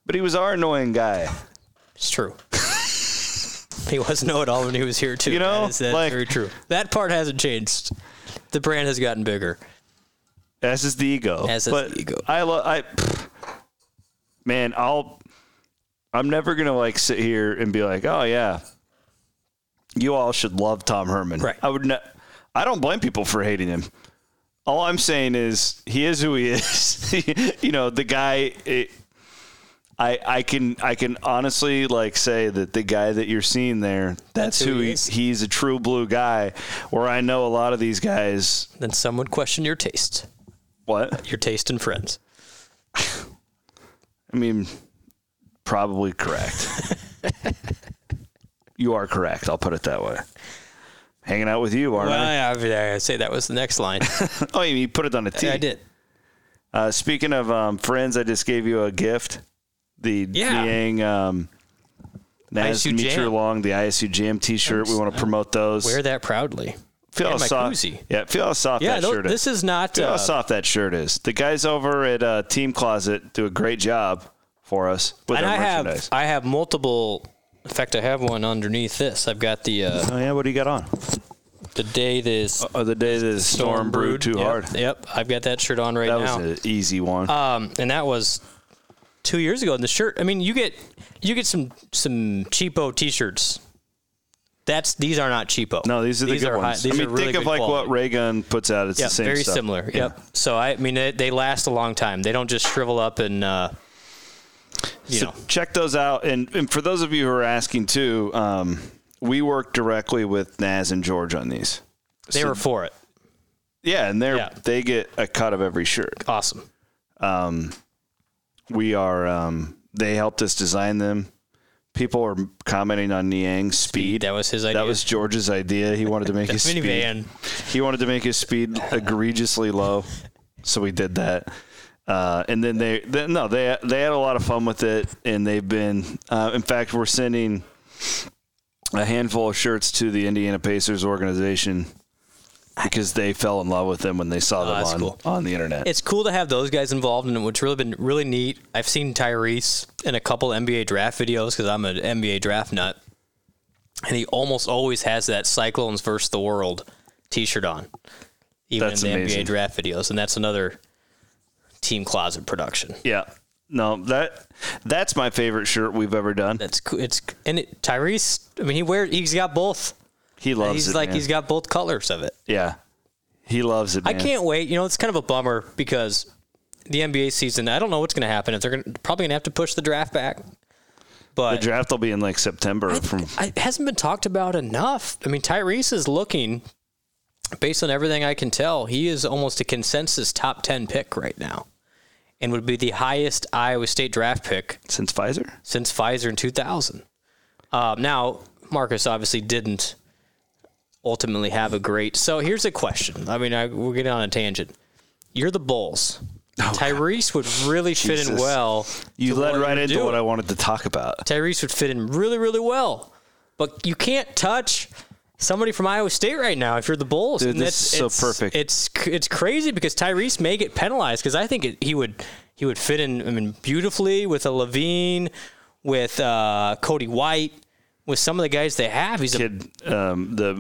but he was our annoying guy. *laughs* It's true. he was know-it-all when he was here too. You know, that is, that's like- very true. That part hasn't changed. The brand has gotten bigger. As is the ego. As is But the ego. I love. I man, I'll. I'm never gonna like sit here and be like, oh yeah, you all should love Tom Herman. Right. I would not. I don't blame people for hating him. All I'm saying is he is who he *laughs* is. you know, the guy. It, I I can I can honestly like say that the guy that you're seeing there, that's, who, he is. he's a true blue guy. Where I know a lot of these guys. Then some would question your taste, What? your taste in friends. I mean, probably *laughs* correct. you are correct. I'll put it that way. Hanging out with you, aren't Well, yeah, I, I say that was the *laughs* next line. I? Oh, you mean you put it on a T. I did. Uh, speaking of um, friends, I just gave you a gift. The Yeah. being um, Naz ISU Meter Jam. Long, the ISU Jam T-shirt. We want to promote those. Wear that proudly. feel how and my soft, koozie. Yeah, feel how soft Yeah, that tho- shirt is. this is not. Feel how Uh, soft that shirt is. The guys over at uh, Team Closet do a great job for us with and our I merchandise. have I have multiple. In fact, I have one underneath this. I've got the uh, oh yeah, what do you got on? the day this Oh, the day the storm, brewed too Yep, hard. Yep, I've got that shirt on right That now. was an easy one. Um, and that was two years ago. And the shirt, I mean, you get you get some some cheapo T-shirts. That's these are not cheapo. no, these are the good high- ones. these I mean, are really think of good like quality. what Raygun puts out. It's Yeah, the same. very stuff. similar. Yeah. Yep. So I mean, they, they last a long time. They don't just shrivel up and uh, you So know. check those out. And, and for those of you who are asking too, um, we work directly with Naz and George on these. They were for it. Yeah, and they're Yeah. they get a cut of every shirt. Awesome. we are um, they helped us design them people are commenting on niang's speed that was his idea. that was george's idea he wanted to *laughs* make his speed Minivan. he wanted to make his speed egregiously low so we did that uh, and then they, they no they they had a lot of fun with it and they've been uh, in fact we're sending a handful of shirts to the indiana pacers organization because they fell in love with them when they saw them Oh, that's on, cool. on the internet It's cool to have those guys involved, and what's really been really neat. I've seen Tyrese in a couple NBA draft videos because I'm an NBA draft nut, and he almost always has that Cyclones versus the World T-shirt on, even That's in the amazing. NBA draft videos, and that's another team closet production. Yeah. No, that that's my favorite shirt we've ever done. That's cool. It's and it, Tyrese. I mean, he wears. He's got both. He loves He's it. like man. he's got both colors of it. Yeah. He loves it. I man. can't wait. You know, it's kind of a bummer because the NBA season. I don't know what's going to happen. If they're gonna, probably going to have to push the draft back, The but draft will be in like September from I- it hasn't been talked about enough. I mean, Tyrese is looking, based on everything I can tell, he is almost a consensus top ten pick right now, and would be the highest Iowa State draft pick since Pfizer. since Pfizer in 2000. Um, now, Marcus obviously didn't ultimately have a great. So here's a question. I mean, I, we're getting on a tangent. You're the Bulls. Tyrese would really fit in Jesus. well. You to led what right you're into doing. what I wanted to talk about. Tyrese would fit in really, really well. But you can't touch somebody from Iowa State right now if you're the Bulls. Dude, this is so it's, perfect. It's c- it's crazy because Tyrese may get penalized because I think it, he would he would fit in. I mean, beautifully with a Levine, with uh, Cody White, with some of the guys they have. He's a Kid, um, the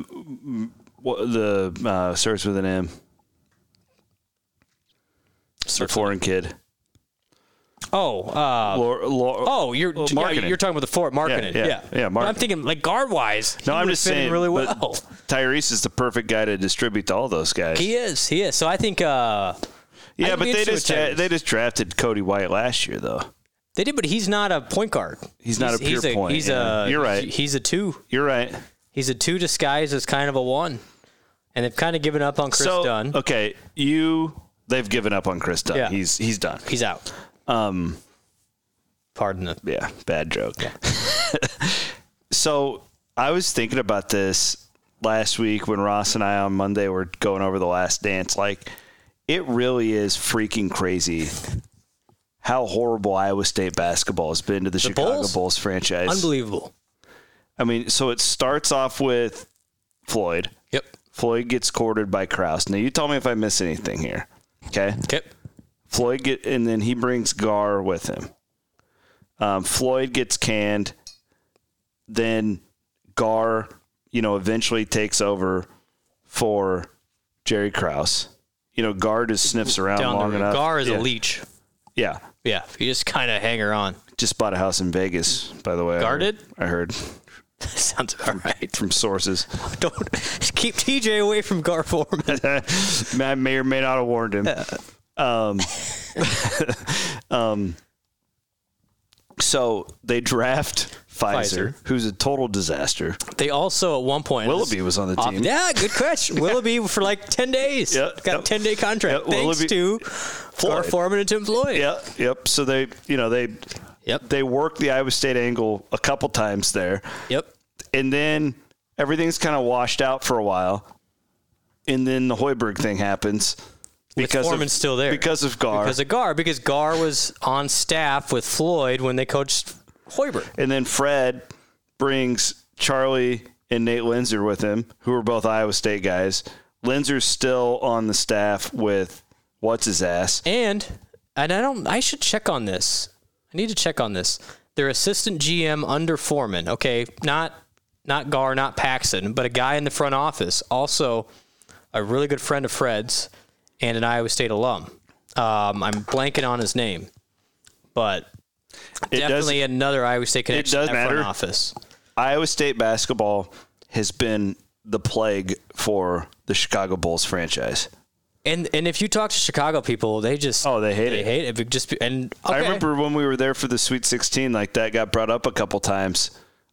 what, the uh, starts with an M. The foreign kid. oh uh, Lor- Lor- oh you're Oh, yeah, marketing. you're talking about the Fort marketing. yeah, Yeah, yeah, But I'm marketing. thinking like guard wise. no, I'm just saying. really but well. Tyrese is the perfect guy to distribute to all those guys. He is. He is. So I think. Uh, I yeah, think but we they should just do dra- Tyrese. they just drafted Cody White last year though. They did, but he's not a point guard. He's not a pure he's point, He's yeah. a. You're right. He's, he's a two. You're right. He's a two disguised as kind of a one, and they've kind of given up on Chris so Dunn. okay, you they've given up on Chris Dunn. Yeah. He's he's done. He's out. Um. Pardon the. Yeah, bad joke. *laughs* so I was thinking about this last week when Ross and I on Monday were going over the last dance. Like, it really is freaking crazy how horrible Iowa State basketball has been to the, Chicago Bulls? Bulls, franchise. Unbelievable. I mean, so it starts off with Floyd. Yep. Floyd gets courted by Kraus. Now, you tell me if I miss anything here. Okay. Yep. Floyd get and then he brings Gar with him. Um, Floyd gets canned. Then Gar, you know, eventually takes over for Jerry Krause. You know, Gar just sniffs around Down long the road. enough. Gar is yeah. a leech. Yeah, Yeah. You just kind of hang her on. *laughs* just bought a house in Vegas, by the way. I Gar heard- did? I heard Sounds about right. *laughs* *laughs* from sources. Don't *laughs* keep TJ away from Gar Foreman. I may or may not have warned *laughs* him. Um, *laughs* um, so they draft Pfizer, Pfizer. who's a total disaster. They also at one point Willoughby was on the Off- team. Yeah, good catch. Willoughby for like *laughs* ten days. Yeah, Got yeah. a ten day contract. Yeah, thanks Willoughby- to Gar Floyd. Foreman and Tim Floyd. Yeah, yep. So they, you know, they Yep. they worked the Iowa State angle a couple times there, Yep. and then everything's kind of washed out for a while, and then the Hoiberg thing happens because of, Foreman's still there. because of Gar, Because of Gar, because Gar was on staff with Floyd when they coached Hoiberg. and then Fred brings Charlie and Nate Linzer with him, who are both Iowa State guys. Linzer's still on the staff with what's his ass. And and I don't I should check on this. I need to check on this. Their assistant GM under Foreman, okay, not not Gar, not Paxson, but a guy in the front office, also a really good friend of Fred's and an Iowa State alum. Um, I'm blanking on his name, but It does definitely another Iowa State connection does in that matter. front office. Iowa State basketball has been the plague for the Chicago Bulls franchise. And and if you talk to Chicago people, they just Oh, they hate they it. hate it. But Just be- and I okay. remember when we were there for the Sweet 16, like that got brought up a couple times.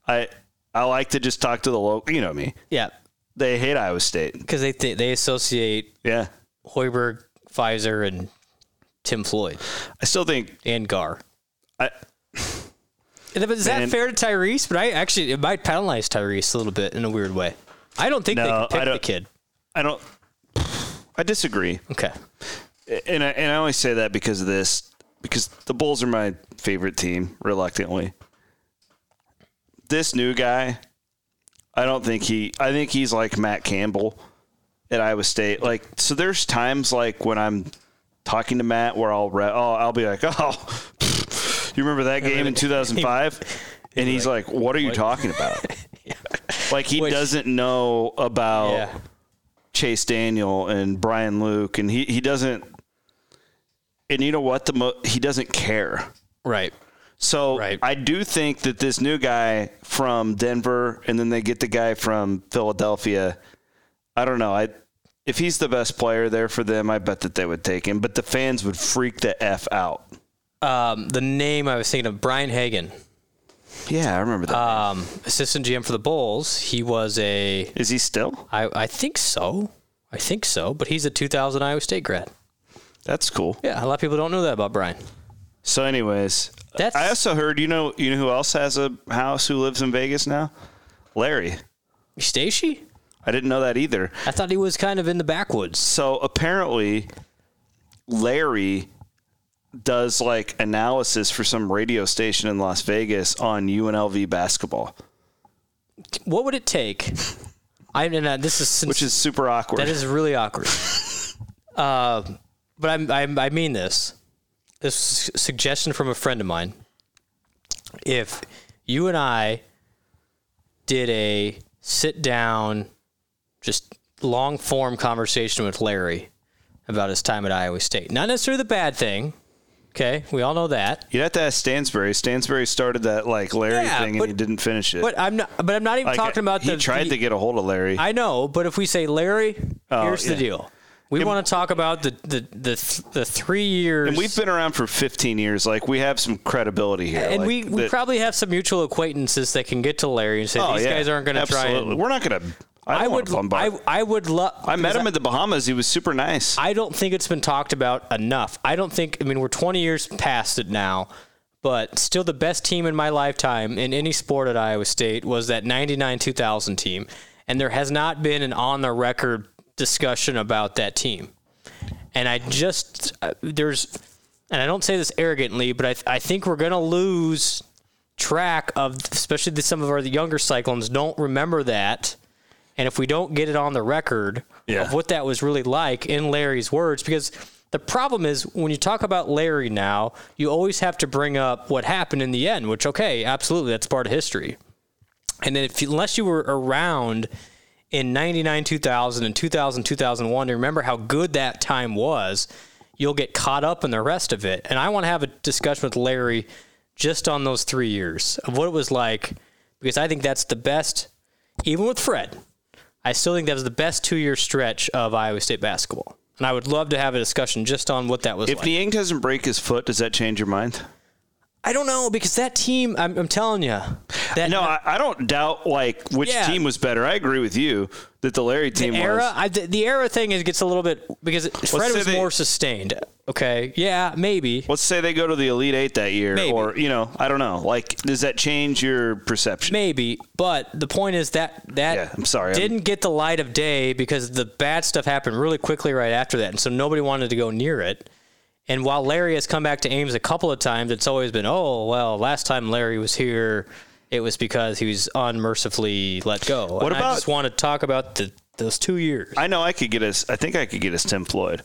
I I like to just talk to the local, you know me. yeah, They hate Iowa State. because they th- they associate Yeah. Hoiberg, Pfizer, and Tim Floyd I still think and Gar. I And then- Is that Man. fair to Tyrese? But I actually it might penalize Tyrese a little bit in a weird way. I don't think they No, can I pick the don't- kid. I don't I disagree. Okay, and I, and I only say that because of this because the Bulls are my favorite team reluctantly. This new guy, I don't think he I think he's like Matt Campbell at Iowa State. Like so there's times like when I'm talking to Matt where I'll re- oh I'll be like, *laughs* "Oh, you remember that game in 2005?" And *laughs* he's like, "What are you talking *laughs* about?" Like he Which- doesn't know about yeah, Chase Daniel and Brian Luke, and he, he doesn't. And you know what? The mo- he doesn't care. right. So Right. I do think that this new guy from Denver, and then they get the guy from Philadelphia. I don't know. I if he's the best player there for them, I bet that they would take him. But the fans would freak the f out. Um, the name I was thinking of Brian Hagan, Yeah, I remember that. Is um, assistant GM for the Bulls. He was a he still? I I think so. I think so, but he's a 2000 Iowa State grad. That's cool. Yeah, a lot of people don't know that about Brian. So, anyways, That's- I also heard you know you know who else has a house who lives in Vegas now? Larry. Stacey? I didn't know that either. I thought he was kind of in the backwoods. So apparently, Larry does like analysis for some radio station in Las Vegas on UNLV basketball, What would it take? I mean, uh, this is, which is super awkward. that is really *laughs* awkward. uh, but I'm, I'm, I mean this. This is a suggestion from a friend of mine. if you and I did a sit down, just long form conversation with Larry about his time at Iowa State, not necessarily the bad thing. Okay, we all know that. You'd have to ask Stansbury. Stansbury started that like Larry Yeah, thing, and but- he didn't finish it. But I'm not. But I'm not even Like, uh, talking about he the. tried the- to get a hold of Larry. I know, but if we say Larry, Oh, here's yeah. the deal. We want to talk about the the the, th- the three years. and we've been around for 15 years. Like we have some credibility here. and Like, we, we that- probably have some mutual acquaintances that can get to Larry and say Oh, these yeah, guys aren't going to try. absolutely. And, We're not going to. I, I don't wanna would bum I, bar. I would love. I met him at the Bahamas. He was super nice. I don't think it's been talked about enough. I don't think. I mean, we're 20 years past it now, but still, the best team in my lifetime in any sport at Iowa State was that 99 2000 team, and there has not been an on the record discussion about that team. And I just uh, there's, and I don't say this arrogantly, but I th- I think we're gonna lose track of, especially the, some of our younger cyclones don't remember that. And if we don't get it on the record Yeah. of what that was really like in Larry's words, because the problem is when you talk about Larry now, you always have to bring up what happened in the end, which, okay, absolutely, that's part of history. And then if you, unless you were around in 99, 2000, and 2000, 2001, to remember how good that time was, you'll get caught up in the rest of it. And I want to have a discussion with Larry just on those three years of what it was like, because I think that's the best, even with Fred, I still think that was the best two year stretch of Iowa State basketball. And I would love to have a discussion just on what that was if like. Niang doesn't break his foot, does that change your mind? I don't know, because that team, I'm, I'm telling you, that No, I, I don't doubt like which Yeah. team was better. I agree with you that the Larry team era. was. I, the, the era thing is gets a little bit because Fred say was they- more sustained. Okay, yeah, maybe. Let's say they go to the Elite Eight that year, Maybe. or you know, I don't know. Like, does that change your perception? Maybe, but the point is that that Yeah, I'm sorry, I'm- didn't get the light of day because the bad stuff happened really quickly right after that, and so nobody wanted to go near it. And while Larry has come back to Ames a couple of times, it's always been, oh well, last time Larry was here, it was because he was unmercifully let go. What I about- just want to talk about the those two years. I know I could get us. I think I could get us Tim Floyd.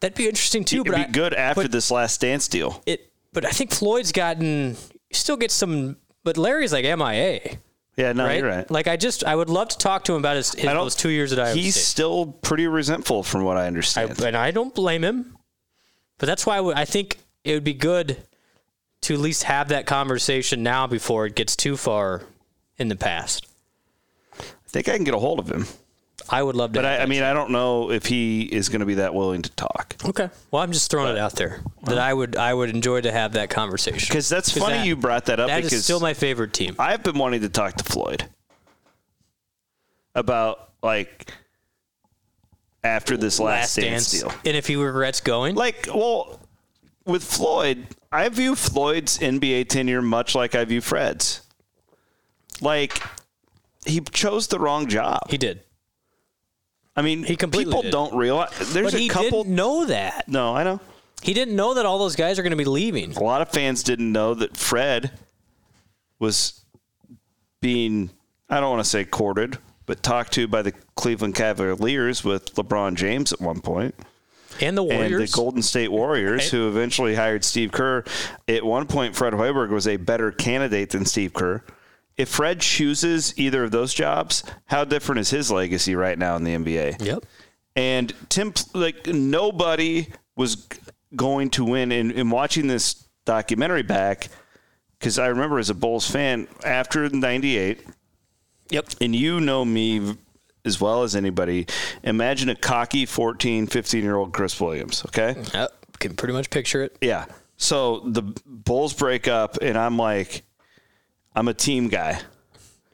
That'd be interesting too. It'd but be I- good after but- this last dance deal. it but I think Floyd's gotten still gets some but Larry's like MIA, Yeah, no, right? you're right. Like I just I would love to talk to him about his, his I don't- those two years at Iowa He's State. still pretty resentful, from what I understand. I, and I don't blame him. But that's why I would- I think it would be good to at least have that conversation now before it gets too far in the past. I think I can get a hold of him, I would love to. but I, I mean, I don't know if he is going to be that willing to talk. okay. Well, I'm just throwing it out there that I would I would enjoy to have that conversation Because that's funny that- you brought that up. that because is still my favorite team. I've been wanting to talk to Floyd about like after this last, dance, deal. and if he regrets going, Like, well, with Floyd, I view Floyd's NBA tenure much like I view Fred's. Like, he chose the wrong job. he did. I mean, he completely people did. don't realize. There's But a he couple. didn't know that. No, I know. He didn't know that all those guys are going to be leaving. A lot of fans didn't know that Fred was being, I don't want to say courted, but talked to by the Cleveland Cavaliers with LeBron James at one point And the Warriors. and the Golden State Warriors, who eventually hired Steve Kerr. At one point, Fred Hoiberg was a better candidate than Steve Kerr. If Fred chooses either of those jobs, how different is his legacy right now in the NBA? Yep. and Tim, like nobody was g- going to win. And, and watching this documentary back, because I remember as a Bulls fan after '98, Yep. and you know me v- as well as anybody. Imagine a cocky 14, 15 year old Chris Williams. Okay, Yep. Can pretty much picture it. yeah. So the Bulls break up, and I'm like, I'm a team guy.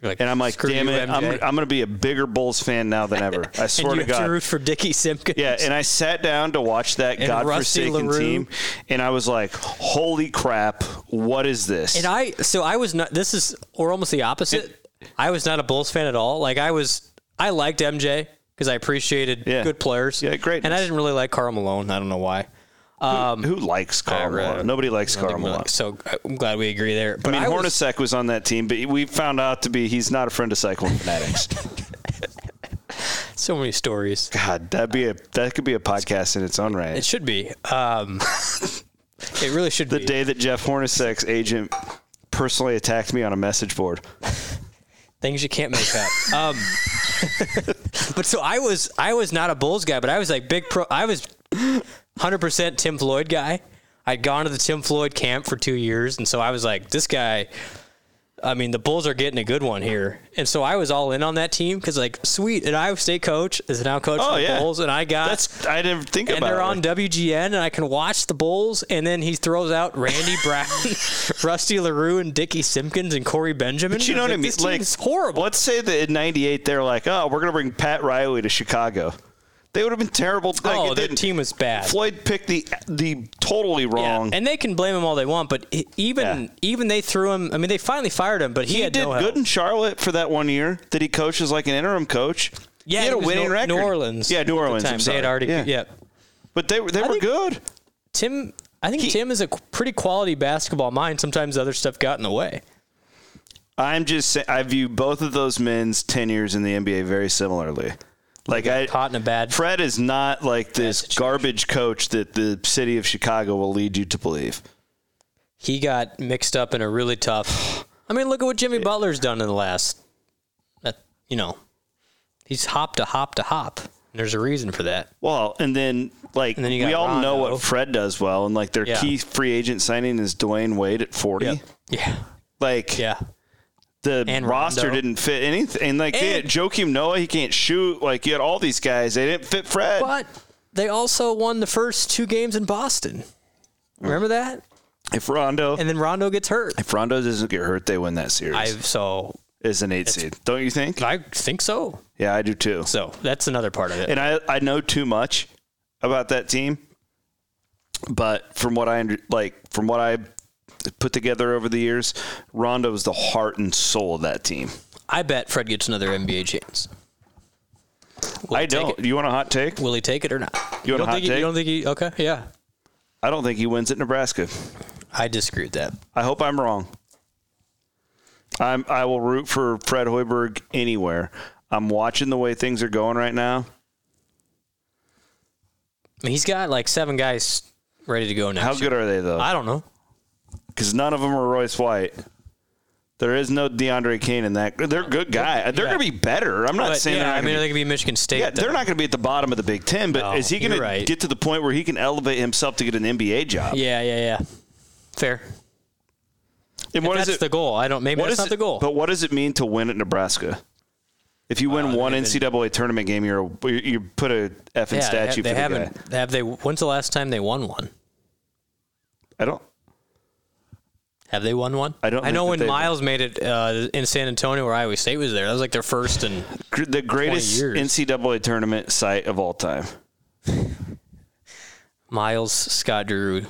You're Like, And I'm like, screw damn you, it, I'm, MJ. I'm going to be a bigger Bulls fan now than ever. I *laughs* and swear you to have God. to root for Dickie Simpkins. Yeah, and I sat down to watch that Rusty godforsaken LaRue. team, and I was like, "Holy crap! What is this?" And I so I was not. This is or almost the opposite. I was not a Bulls fan at all. Like I was, I liked MJ because I appreciated Yeah. good players. Yeah, greatness. And I didn't really like Carl Malone. I don't know why. um, Who likes Carl I, uh, Malone? Nobody likes Carl Malone. So I'm glad we agree there. But I mean, was- Hornacek was on that team, but we found out to be he's not a friend of cycling *laughs* fanatics. so many stories. God, that be a that could be a podcast in its own right. It should be. Um, *laughs* It really should The be. day that Jeff Hornacek's agent personally attacked me on a message board. things you can't make up. Um, *laughs* but so I was I was not a Bulls guy, but I was like big pro. I was 100% Tim Floyd guy. I'd gone to the Tim Floyd camp for two years, and so I was like, this guy. I mean, the Bulls are getting a good one here, and so I was all in on that team because, like, sweet, an Iowa State coach is now coach Oh, for the yeah. Bulls, and I got That's I didn't think and about. they're it. on WGN, and I can watch the Bulls. And then he throws out Randy Brown, *laughs* Rusty Larue, and Dickie Simpkins and Corey Benjamin. But you know what I mean? This team is horrible. Let's say that in '98 they're like, "Oh, we're gonna bring Pat Riley to Chicago." They would have been terrible. Like, oh, it the didn't- team was bad. Floyd picked the the totally Yeah, wrong. and they can blame him all they want, but e- even Yeah. even they threw him. I mean, they finally fired him, but he, he had did no help. good in Charlotte for that one year that he coached as like an interim coach. Yeah, he had it a was winning Nor- record. New Orleans. Yeah, at the New Orleans. time. I'm They had sorry. already. yeah. Yeah. but they were they were think- good. Tim. I think Tim is a qu- pretty quality basketball mind. Sometimes other stuff got in the way. I'm just saying, I view both of those men's tenures in the NBA very similarly. Like I Caught in a bad. Fred is not like this situation. garbage coach that the city of Chicago will lead you to believe. he got mixed up in a really tough. *sighs* I mean, look at what Jimmy Butler's done in the last. Uh, you know, he's hop to hop to hop. There's a reason for that. Well, and then like then you we got all know Rondo. what Fred does well, and like their Yeah. key free agent signing is Dwayne Wade at forty. Yeah, Like yeah. the And roster Rondo. didn't fit anything. And like they had And- Joakim Noah, he can't shoot. Like you had all these guys, they didn't fit Fred. But they also won the first two games in Boston. Remember that? If Rondo, And then Rondo gets hurt. if Rondo doesn't get hurt, they win that series. I so is an eight seed, don't you think? I think so. Yeah, I do too. So that's another part of it. and I I know too much about that team, but from what I under- like from what I put together over the years, Rondo was the heart and soul of that team. I bet Fred gets another NBA chance. Will I he take don't. it? You want a hot take? Will he take it or not? You want a don't hot think he, take? you don't think he? Okay, yeah. I don't think he wins at Nebraska. I disagree with that. I hope I'm wrong. I'm I will root for Fred Hoiberg anywhere. I'm watching the way things are going right now. I mean, he's got like seven guys ready to go next. How year. good are they though? I don't know. Because none of them are Royce White. There is no DeAndre Kane in that. They're good guy. They're Yeah. going to be better. I'm not But, saying yeah, I they're not mean, gonna they be, could be Michigan State. yeah, they're though. not going to be at the bottom of the Big Ten. But No, is he going you're to right. get to the point where he can elevate himself to get an NBA job? Yeah, yeah, yeah. Fair. and what If is that's it? the goal. I don't. Maybe What that's is not it- the goal. But what does it mean to win at Nebraska? If you win one NCAA tournament game, you're a, you put a effing Uh, yeah, statue they, for the haven't. guy. Have they? When's the last time they won one? I don't. Have they won one? I don't I think that know when they've- Miles made it uh, in San Antonio, where Iowa State was there. That was like their first and Gr- The greatest years. NCAA tournament site of all time. Miles Scott Drew,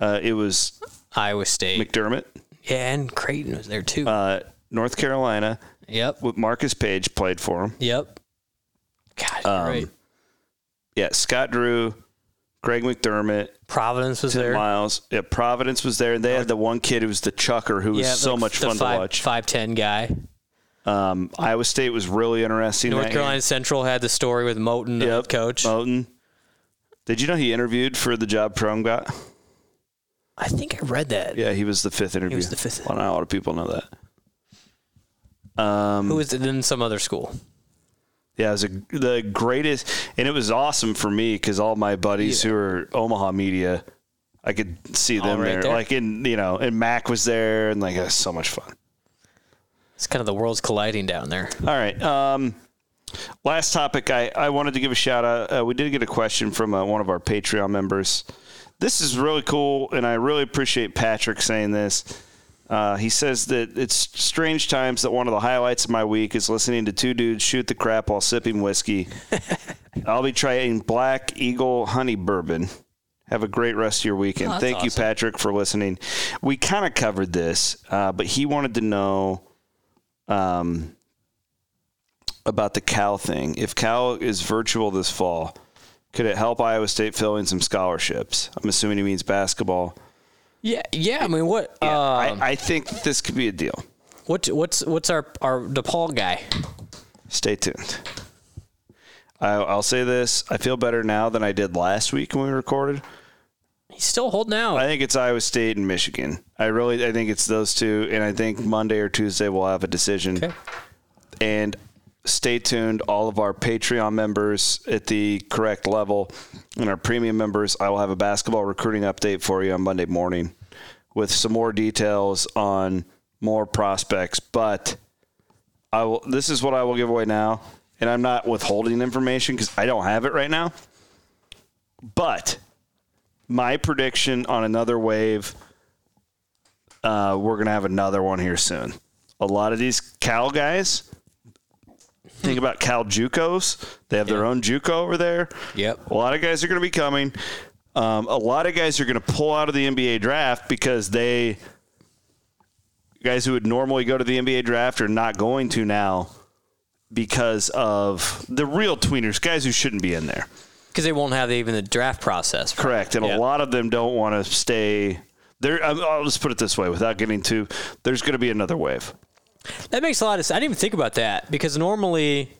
Uh, it was Iowa State. McDermott, yeah, and Creighton was there too. uh, North Carolina. yep. With Marcus Page played for him. Yep. God, you're Um, right. Yeah, Scott Drew, Greg McDermott, Providence was there. Miles. Yeah, Providence was there. They had the one kid who was the chucker who was yeah, so like much the fun five, to watch. Five ten guy. Um, Iowa State was really interesting. North that year. Carolina Central had the story with Moten, the Yep. coach. Moten. Did you know he interviewed for the job Prom got? I think I read that. Yeah, he was the fifth interview. was the fifth. Well, not a lot of people know that. Who Um, was it in some other school? yeah, it was a, the greatest, and it was awesome for me because all my buddies who are Omaha media, I could see them right there. there. Like in you know, and Mac was there, and like it was so much fun. It's kind of the world's colliding down there. All right. Um, last topic. I, I wanted to give a shout out. Uh, we did get a question from uh, one of our Patreon members. This is really cool, and I really appreciate Patrick saying this. Uh, he says that it's strange times that one of the highlights of my week is listening to two dudes shoot the crap while sipping *laughs* whiskey. I'll be trying Black Eagle Honey Bourbon. Have a great rest of your weekend. Oh, that's Thank you, awesome. Patrick, for listening. We kind of covered this, uh, but he wanted to know um, about the Cal thing. If Cal is virtual this fall, could it help Iowa State fill in some scholarships? I'm assuming he means basketball. Yeah, yeah. I mean, what? um, I, I think this could be a deal. what? What's what's our our DePaul guy? Stay tuned. I, I'll say this: I feel better now than I did last week when we recorded. He's still holding out. I think it's Iowa State and Michigan. I really, I think it's those two, and I think Monday or Tuesday we'll have a decision. okay. and stay tuned all of our patreon members at the correct level and our premium members i will have a basketball recruiting update for you on monday morning with some more details on more prospects but i will this is what i will give away now and i'm not withholding information because i don't have it right now but my prediction on another wave uh, we're gonna have another one here soon a lot of these cal guys think about Cal JUCOs. They have their own JUCO over there. Yep. A lot of guys are going to be coming. Um, a lot of guys are going to pull out of the NBA draft because they guys who would normally go to the NBA draft are not going to now because of the real tweeners, guys who shouldn't be in there. Because they won't have even the draft process. Correct, and Yeah. a lot of them don't want to stay. There, I'll I'll just put it this way, without getting too. There's going to be another wave. That makes a lot of sense. I didn't even think about that because normally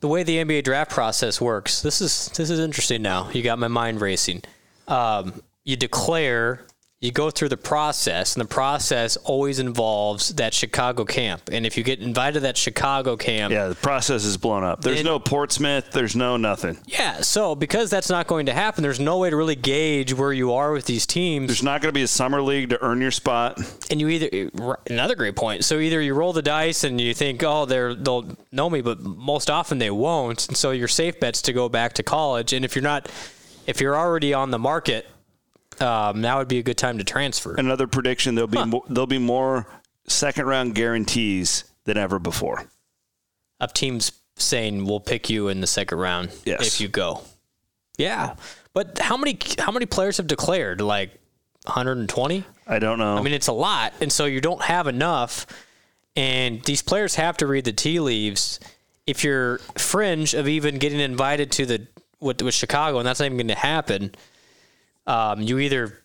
the way the NBA draft process works, this is this is interesting now. You got my mind racing. Um, you declare, you go through the process, and the process always involves that Chicago camp. And if you get invited to that Chicago camp, Yeah, the process is blown up. There's And- no Portsmouth. There's no nothing. yeah, so because that's not going to happen, there's no way to really gauge where you are with these teams. There's not going to be a summer league to earn your spot. and you either r- another great point. So either you roll the dice and you think, oh, they're they'll know me, but most often they won't. And so your safe bet's to go back to college. And if you're not, if you're already on the market, um, now would be a good time to transfer. another prediction there'll be mo- there'll be more second round guarantees than ever before. Of teams saying we'll pick you in the second round Yes. if you go. Yeah, but how many how many players have declared? Like 120. I don't know. I mean, it's a lot, and so you don't have enough. And these players have to read the tea leaves. If you're fringe of even getting invited to the with, with Chicago, and that's not even going to happen, um, you either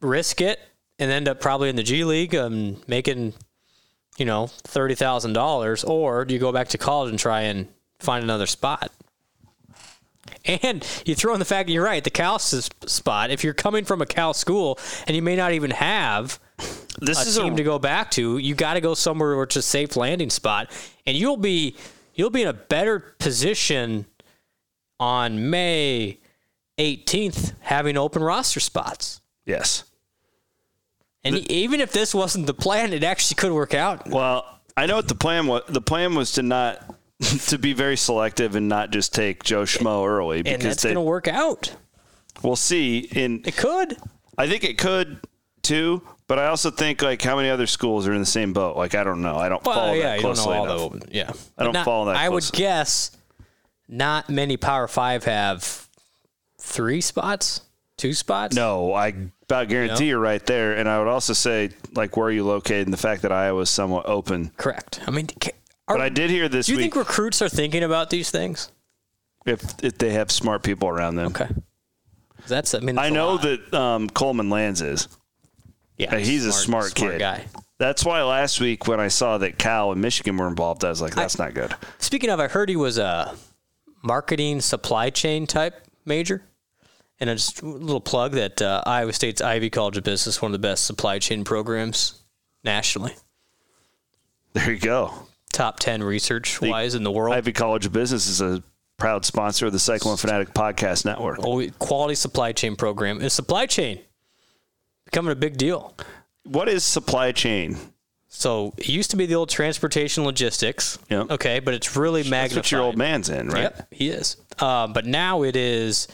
risk it and end up probably in the G League, um, making you know thirty thousand dollars, or do you go back to college and try and find another spot? And you throw in the fact you're right, the Cal s- spot. If you're coming from a Cal school and you may not even have this a team to go back to, you got to go somewhere where it's a safe landing spot, and you'll be you'll be in a better position on May 18th having open roster spots. yes. And even if this wasn't the plan, it actually could work out. Well, I know what the plan was. The plan was to not *laughs* to be very selective and not just take Joe Schmo early And because that's they going to work out. we'll see. In It could. I think it could too, but I also think like how many other schools are in the same boat. Like I don't know. I don't follow Well, yeah, that you don't know closely all enough. the yeah. I don't Not- follow that I would closely. guess not many Power Five have three spots, two spots. No, I about guarantee you're right there. And I would also say like where are you located and the fact that Iowa is somewhat open. correct. I mean, ca- are, But I did hear this do you week think recruits are thinking about these things? if if they have smart people around them. Okay, that's I mean, I that's a know lot. that um, Coleman Lands is. yeah, he's a smart kid. guy. That's why last week when I saw that Cal and Michigan were involved, I was like, "That's not good." Speaking of, I heard he was a marketing supply chain type major. And a just a little plug that uh, Iowa State's Ivy College of Business, one of the best supply chain programs nationally, There you go. top 10 research wise in the world. Ivy College of Business is a proud sponsor of the Cycle and Fanatic Podcast Network. Always- quality supply chain program. And supply chain becoming a big deal. What is supply chain? So it used to be the old transportation logistics. Yep. Okay, but it's really magnified. That's what your old man's in, right? Yep, he is. Um, but now it is.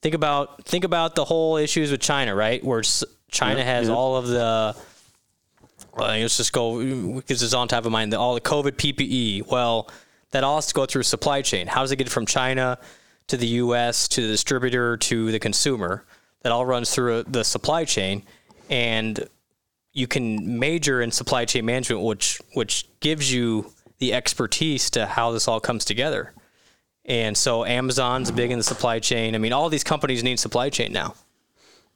Think about think about the whole issues with China, right? Where s- China has all of the. Well, let's just go because it's on top of mind. The, all the COVID PPE. Well, that all has to go through supply chain. How does it get from China to the U.S. to the distributor to the consumer? That all runs through the supply chain, and you can major in supply chain management, which which gives you the expertise to how this all comes together. And so Amazon's big in the supply chain. I mean, all these companies need supply chain now.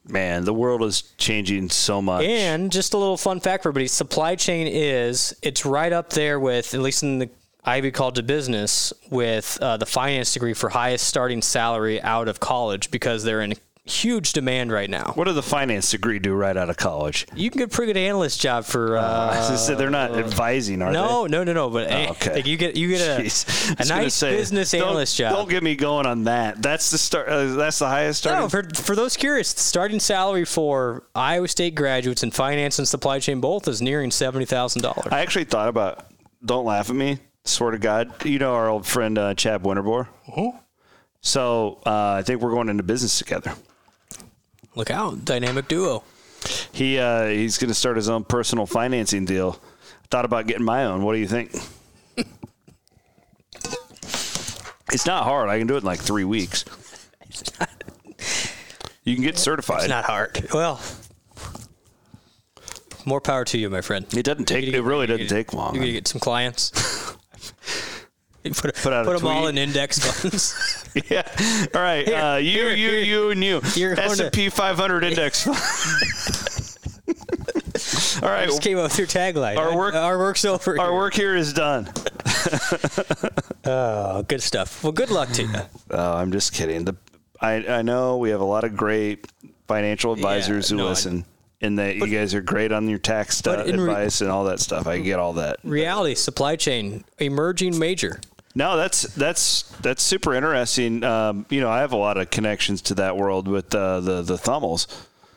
Man, the world is changing so much. And just a little fun fact for everybody: supply chain is it's right up there with at least in the Ivy College of Business with uh, the finance degree for highest starting salary out of college because they're in huge demand right now. What did the finance degree do right out of college? *laughs* You can get a pretty good analyst job for. Uh, They said they're not advising, are Oh, no, no, no, no. But eh, okay. like you get you get they? *laughs* a, Jeez. I a was gonna nice say, business don't- analyst job. Don't get me going on that. That's the start. Uh, that's the highest starting. No, for, for those curious, the starting salary for Iowa State graduates in finance and supply chain both is nearing seventy thousand dollars. I actually thought about. Don't laugh at me. Swear to God, you know our old friend uh, Chad Winterbore. So uh, I think we're going into business together. Look out, dynamic duo. He uh, he's going to start his own personal financing deal. Thought about getting my own. What do you *laughs* think? it's not hard. I can do it in like three weeks. You can get certified. It's not hard. Well, more power to you, my friend. it doesn't take. It really doesn't take long. You're gonna get some clients. *laughs* You put put, out a them all tweet. in *laughs* index funds. Yeah. All right. uh, you, you, you, and you. You're going S to- and *laughs* P 500 index. *laughs* All right. Just came up with your tagline. Our work- our work's over. Our here. work here is done. Oh, good stuff. Well, good luck to you. Oh, I'm just kidding. The I I know we have a lot of great financial advisors who no, I- listen. and that you guys are great on your tax But stuff, in re- advice and all that stuff. I get all that. Reality, supply chain, emerging major. No, that's that's that's super interesting. Um, you know, I have a lot of connections to that world with uh, the the Thummels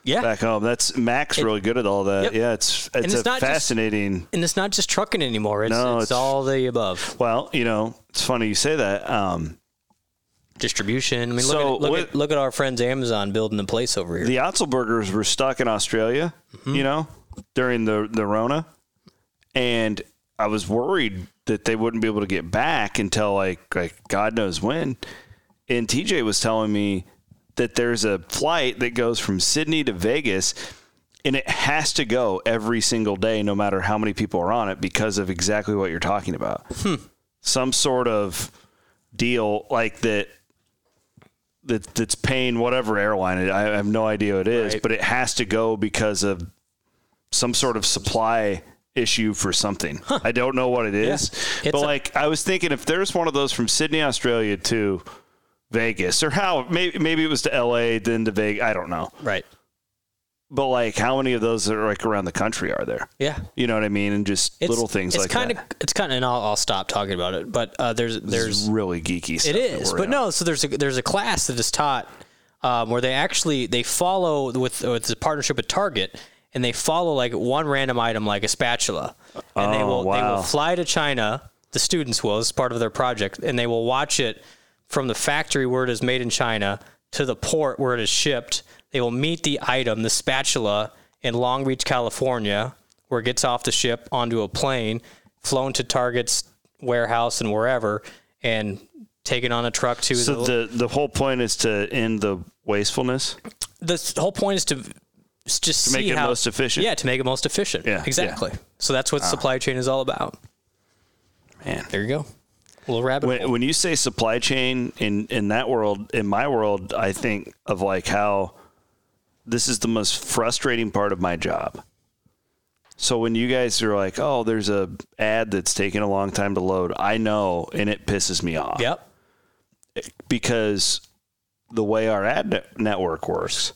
Yeah. back home. That's Max really good at all that. Yep. Yeah, it's it's, it's a not just- fascinating. And it's not just trucking anymore. It's, No, it's, it's- all the above. Well, you know, it's funny you say that. Um, Distribution. I mean, So look, at, look, what- at, look at our friends Amazon building a place over here. the Otzelburgers were stuck in Australia, you know, during the the Rona, and I was worried that they wouldn't be able to get back until like like God knows when. And TJ was telling me that there's a flight that goes from Sydney to Vegas. And it has to go every single day, no matter how many people are on it, because of exactly what you're talking about. Some sort of deal like that that that's paying whatever airline it, I have no idea what it is, but it has to go because of some sort of supply issue for something. I don't know what it is, but It's a- like I was thinking, if there's one of those from Sydney, Australia to Vegas, or how maybe maybe it was to L.A. then to Vegas, I don't know. Right. But like, how many of those that are like around the country are there? Yeah. You know what I mean? And just It's, little things it's like kind that. Of, it's kind of, and I'll, I'll stop talking about it. But uh, there's, It's there's, really geeky. Stuff it that is. we're But in. no, so there's a, there's a class that is taught um, where they actually, they follow with, with the partnership with Target and they follow like one random item, like a spatula. And they Oh, will, they wow. will fly to China. The students will, as part of their project, and they will watch it from the factory where it is made in China to the port where it is shipped. They will meet the item, the spatula, in Long Beach, California, where it gets off the ship onto a plane, flown to Target's warehouse and wherever, and taken on a truck to the, So the the whole point is to end the wastefulness. the s- whole point is to s- just make see it how- most efficient. Yeah, to make it most efficient. Yeah, yeah. exactly. So that's what supply chain is all about. Man. there you go. little rabbit hole. when, when you say supply chain in in that world in my world i think of like how this is the most frustrating part of my job so when you guys are like oh there's a ad that's taking a long time to load i know and it pisses me off Yep. because the way our ad net- network works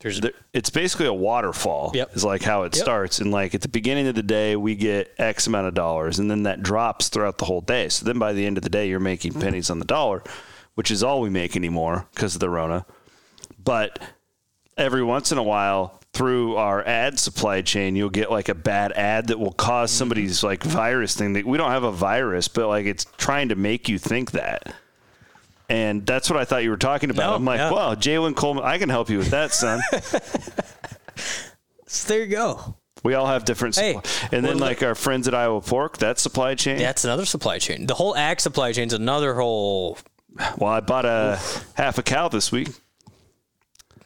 There's there- it's basically a waterfall Yep. is like how it Yep. starts and like at the beginning of the day we get x amount of dollars and then that drops throughout the whole day so then by the end of the day you're making Mm-hmm. pennies on the dollar which is all we make anymore because of the rona but every once in a while through our ad supply chain you'll get like a bad ad that will cause Mm-hmm. somebody's like virus thing that we don't have a virus but like it's trying to make you think that and that's what I thought you were talking about. No, I'm like, yeah. wow, Jalen Coleman, I can help you with that, *laughs* son. So there you go. We all have different Hey, supply. and then well, like our friends at Iowa Pork, that supply chain. That's another supply chain. The whole ag supply chain is another whole. Well, I bought a half a cow this week.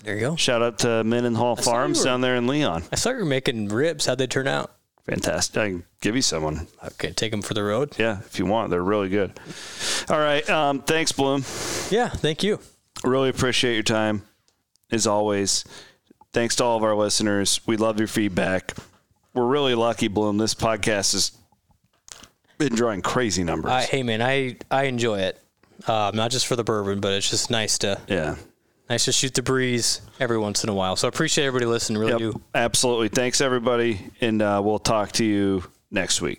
There you go. Shout out to Mendenhall saw Farms you were- down there in Leon. I saw you were making ribs. How'd they turn out? Fantastic. I can give you someone. Okay, take them for the road. Yeah, if you want. They're really good. All right. Um, thanks, Bloom. Yeah, thank you. Really appreciate your time as always. Thanks to all of our listeners. We love your feedback. We're really lucky, Bloom. This podcast has been drawing crazy numbers. Uh, I, hey man, I I enjoy it. Um, not just for the bourbon, but it's just nice to yeah. Nice to shoot the breeze every once in a while. So I appreciate everybody listening. Really Yep, do. absolutely. Thanks, everybody. And uh, we'll talk to you next week.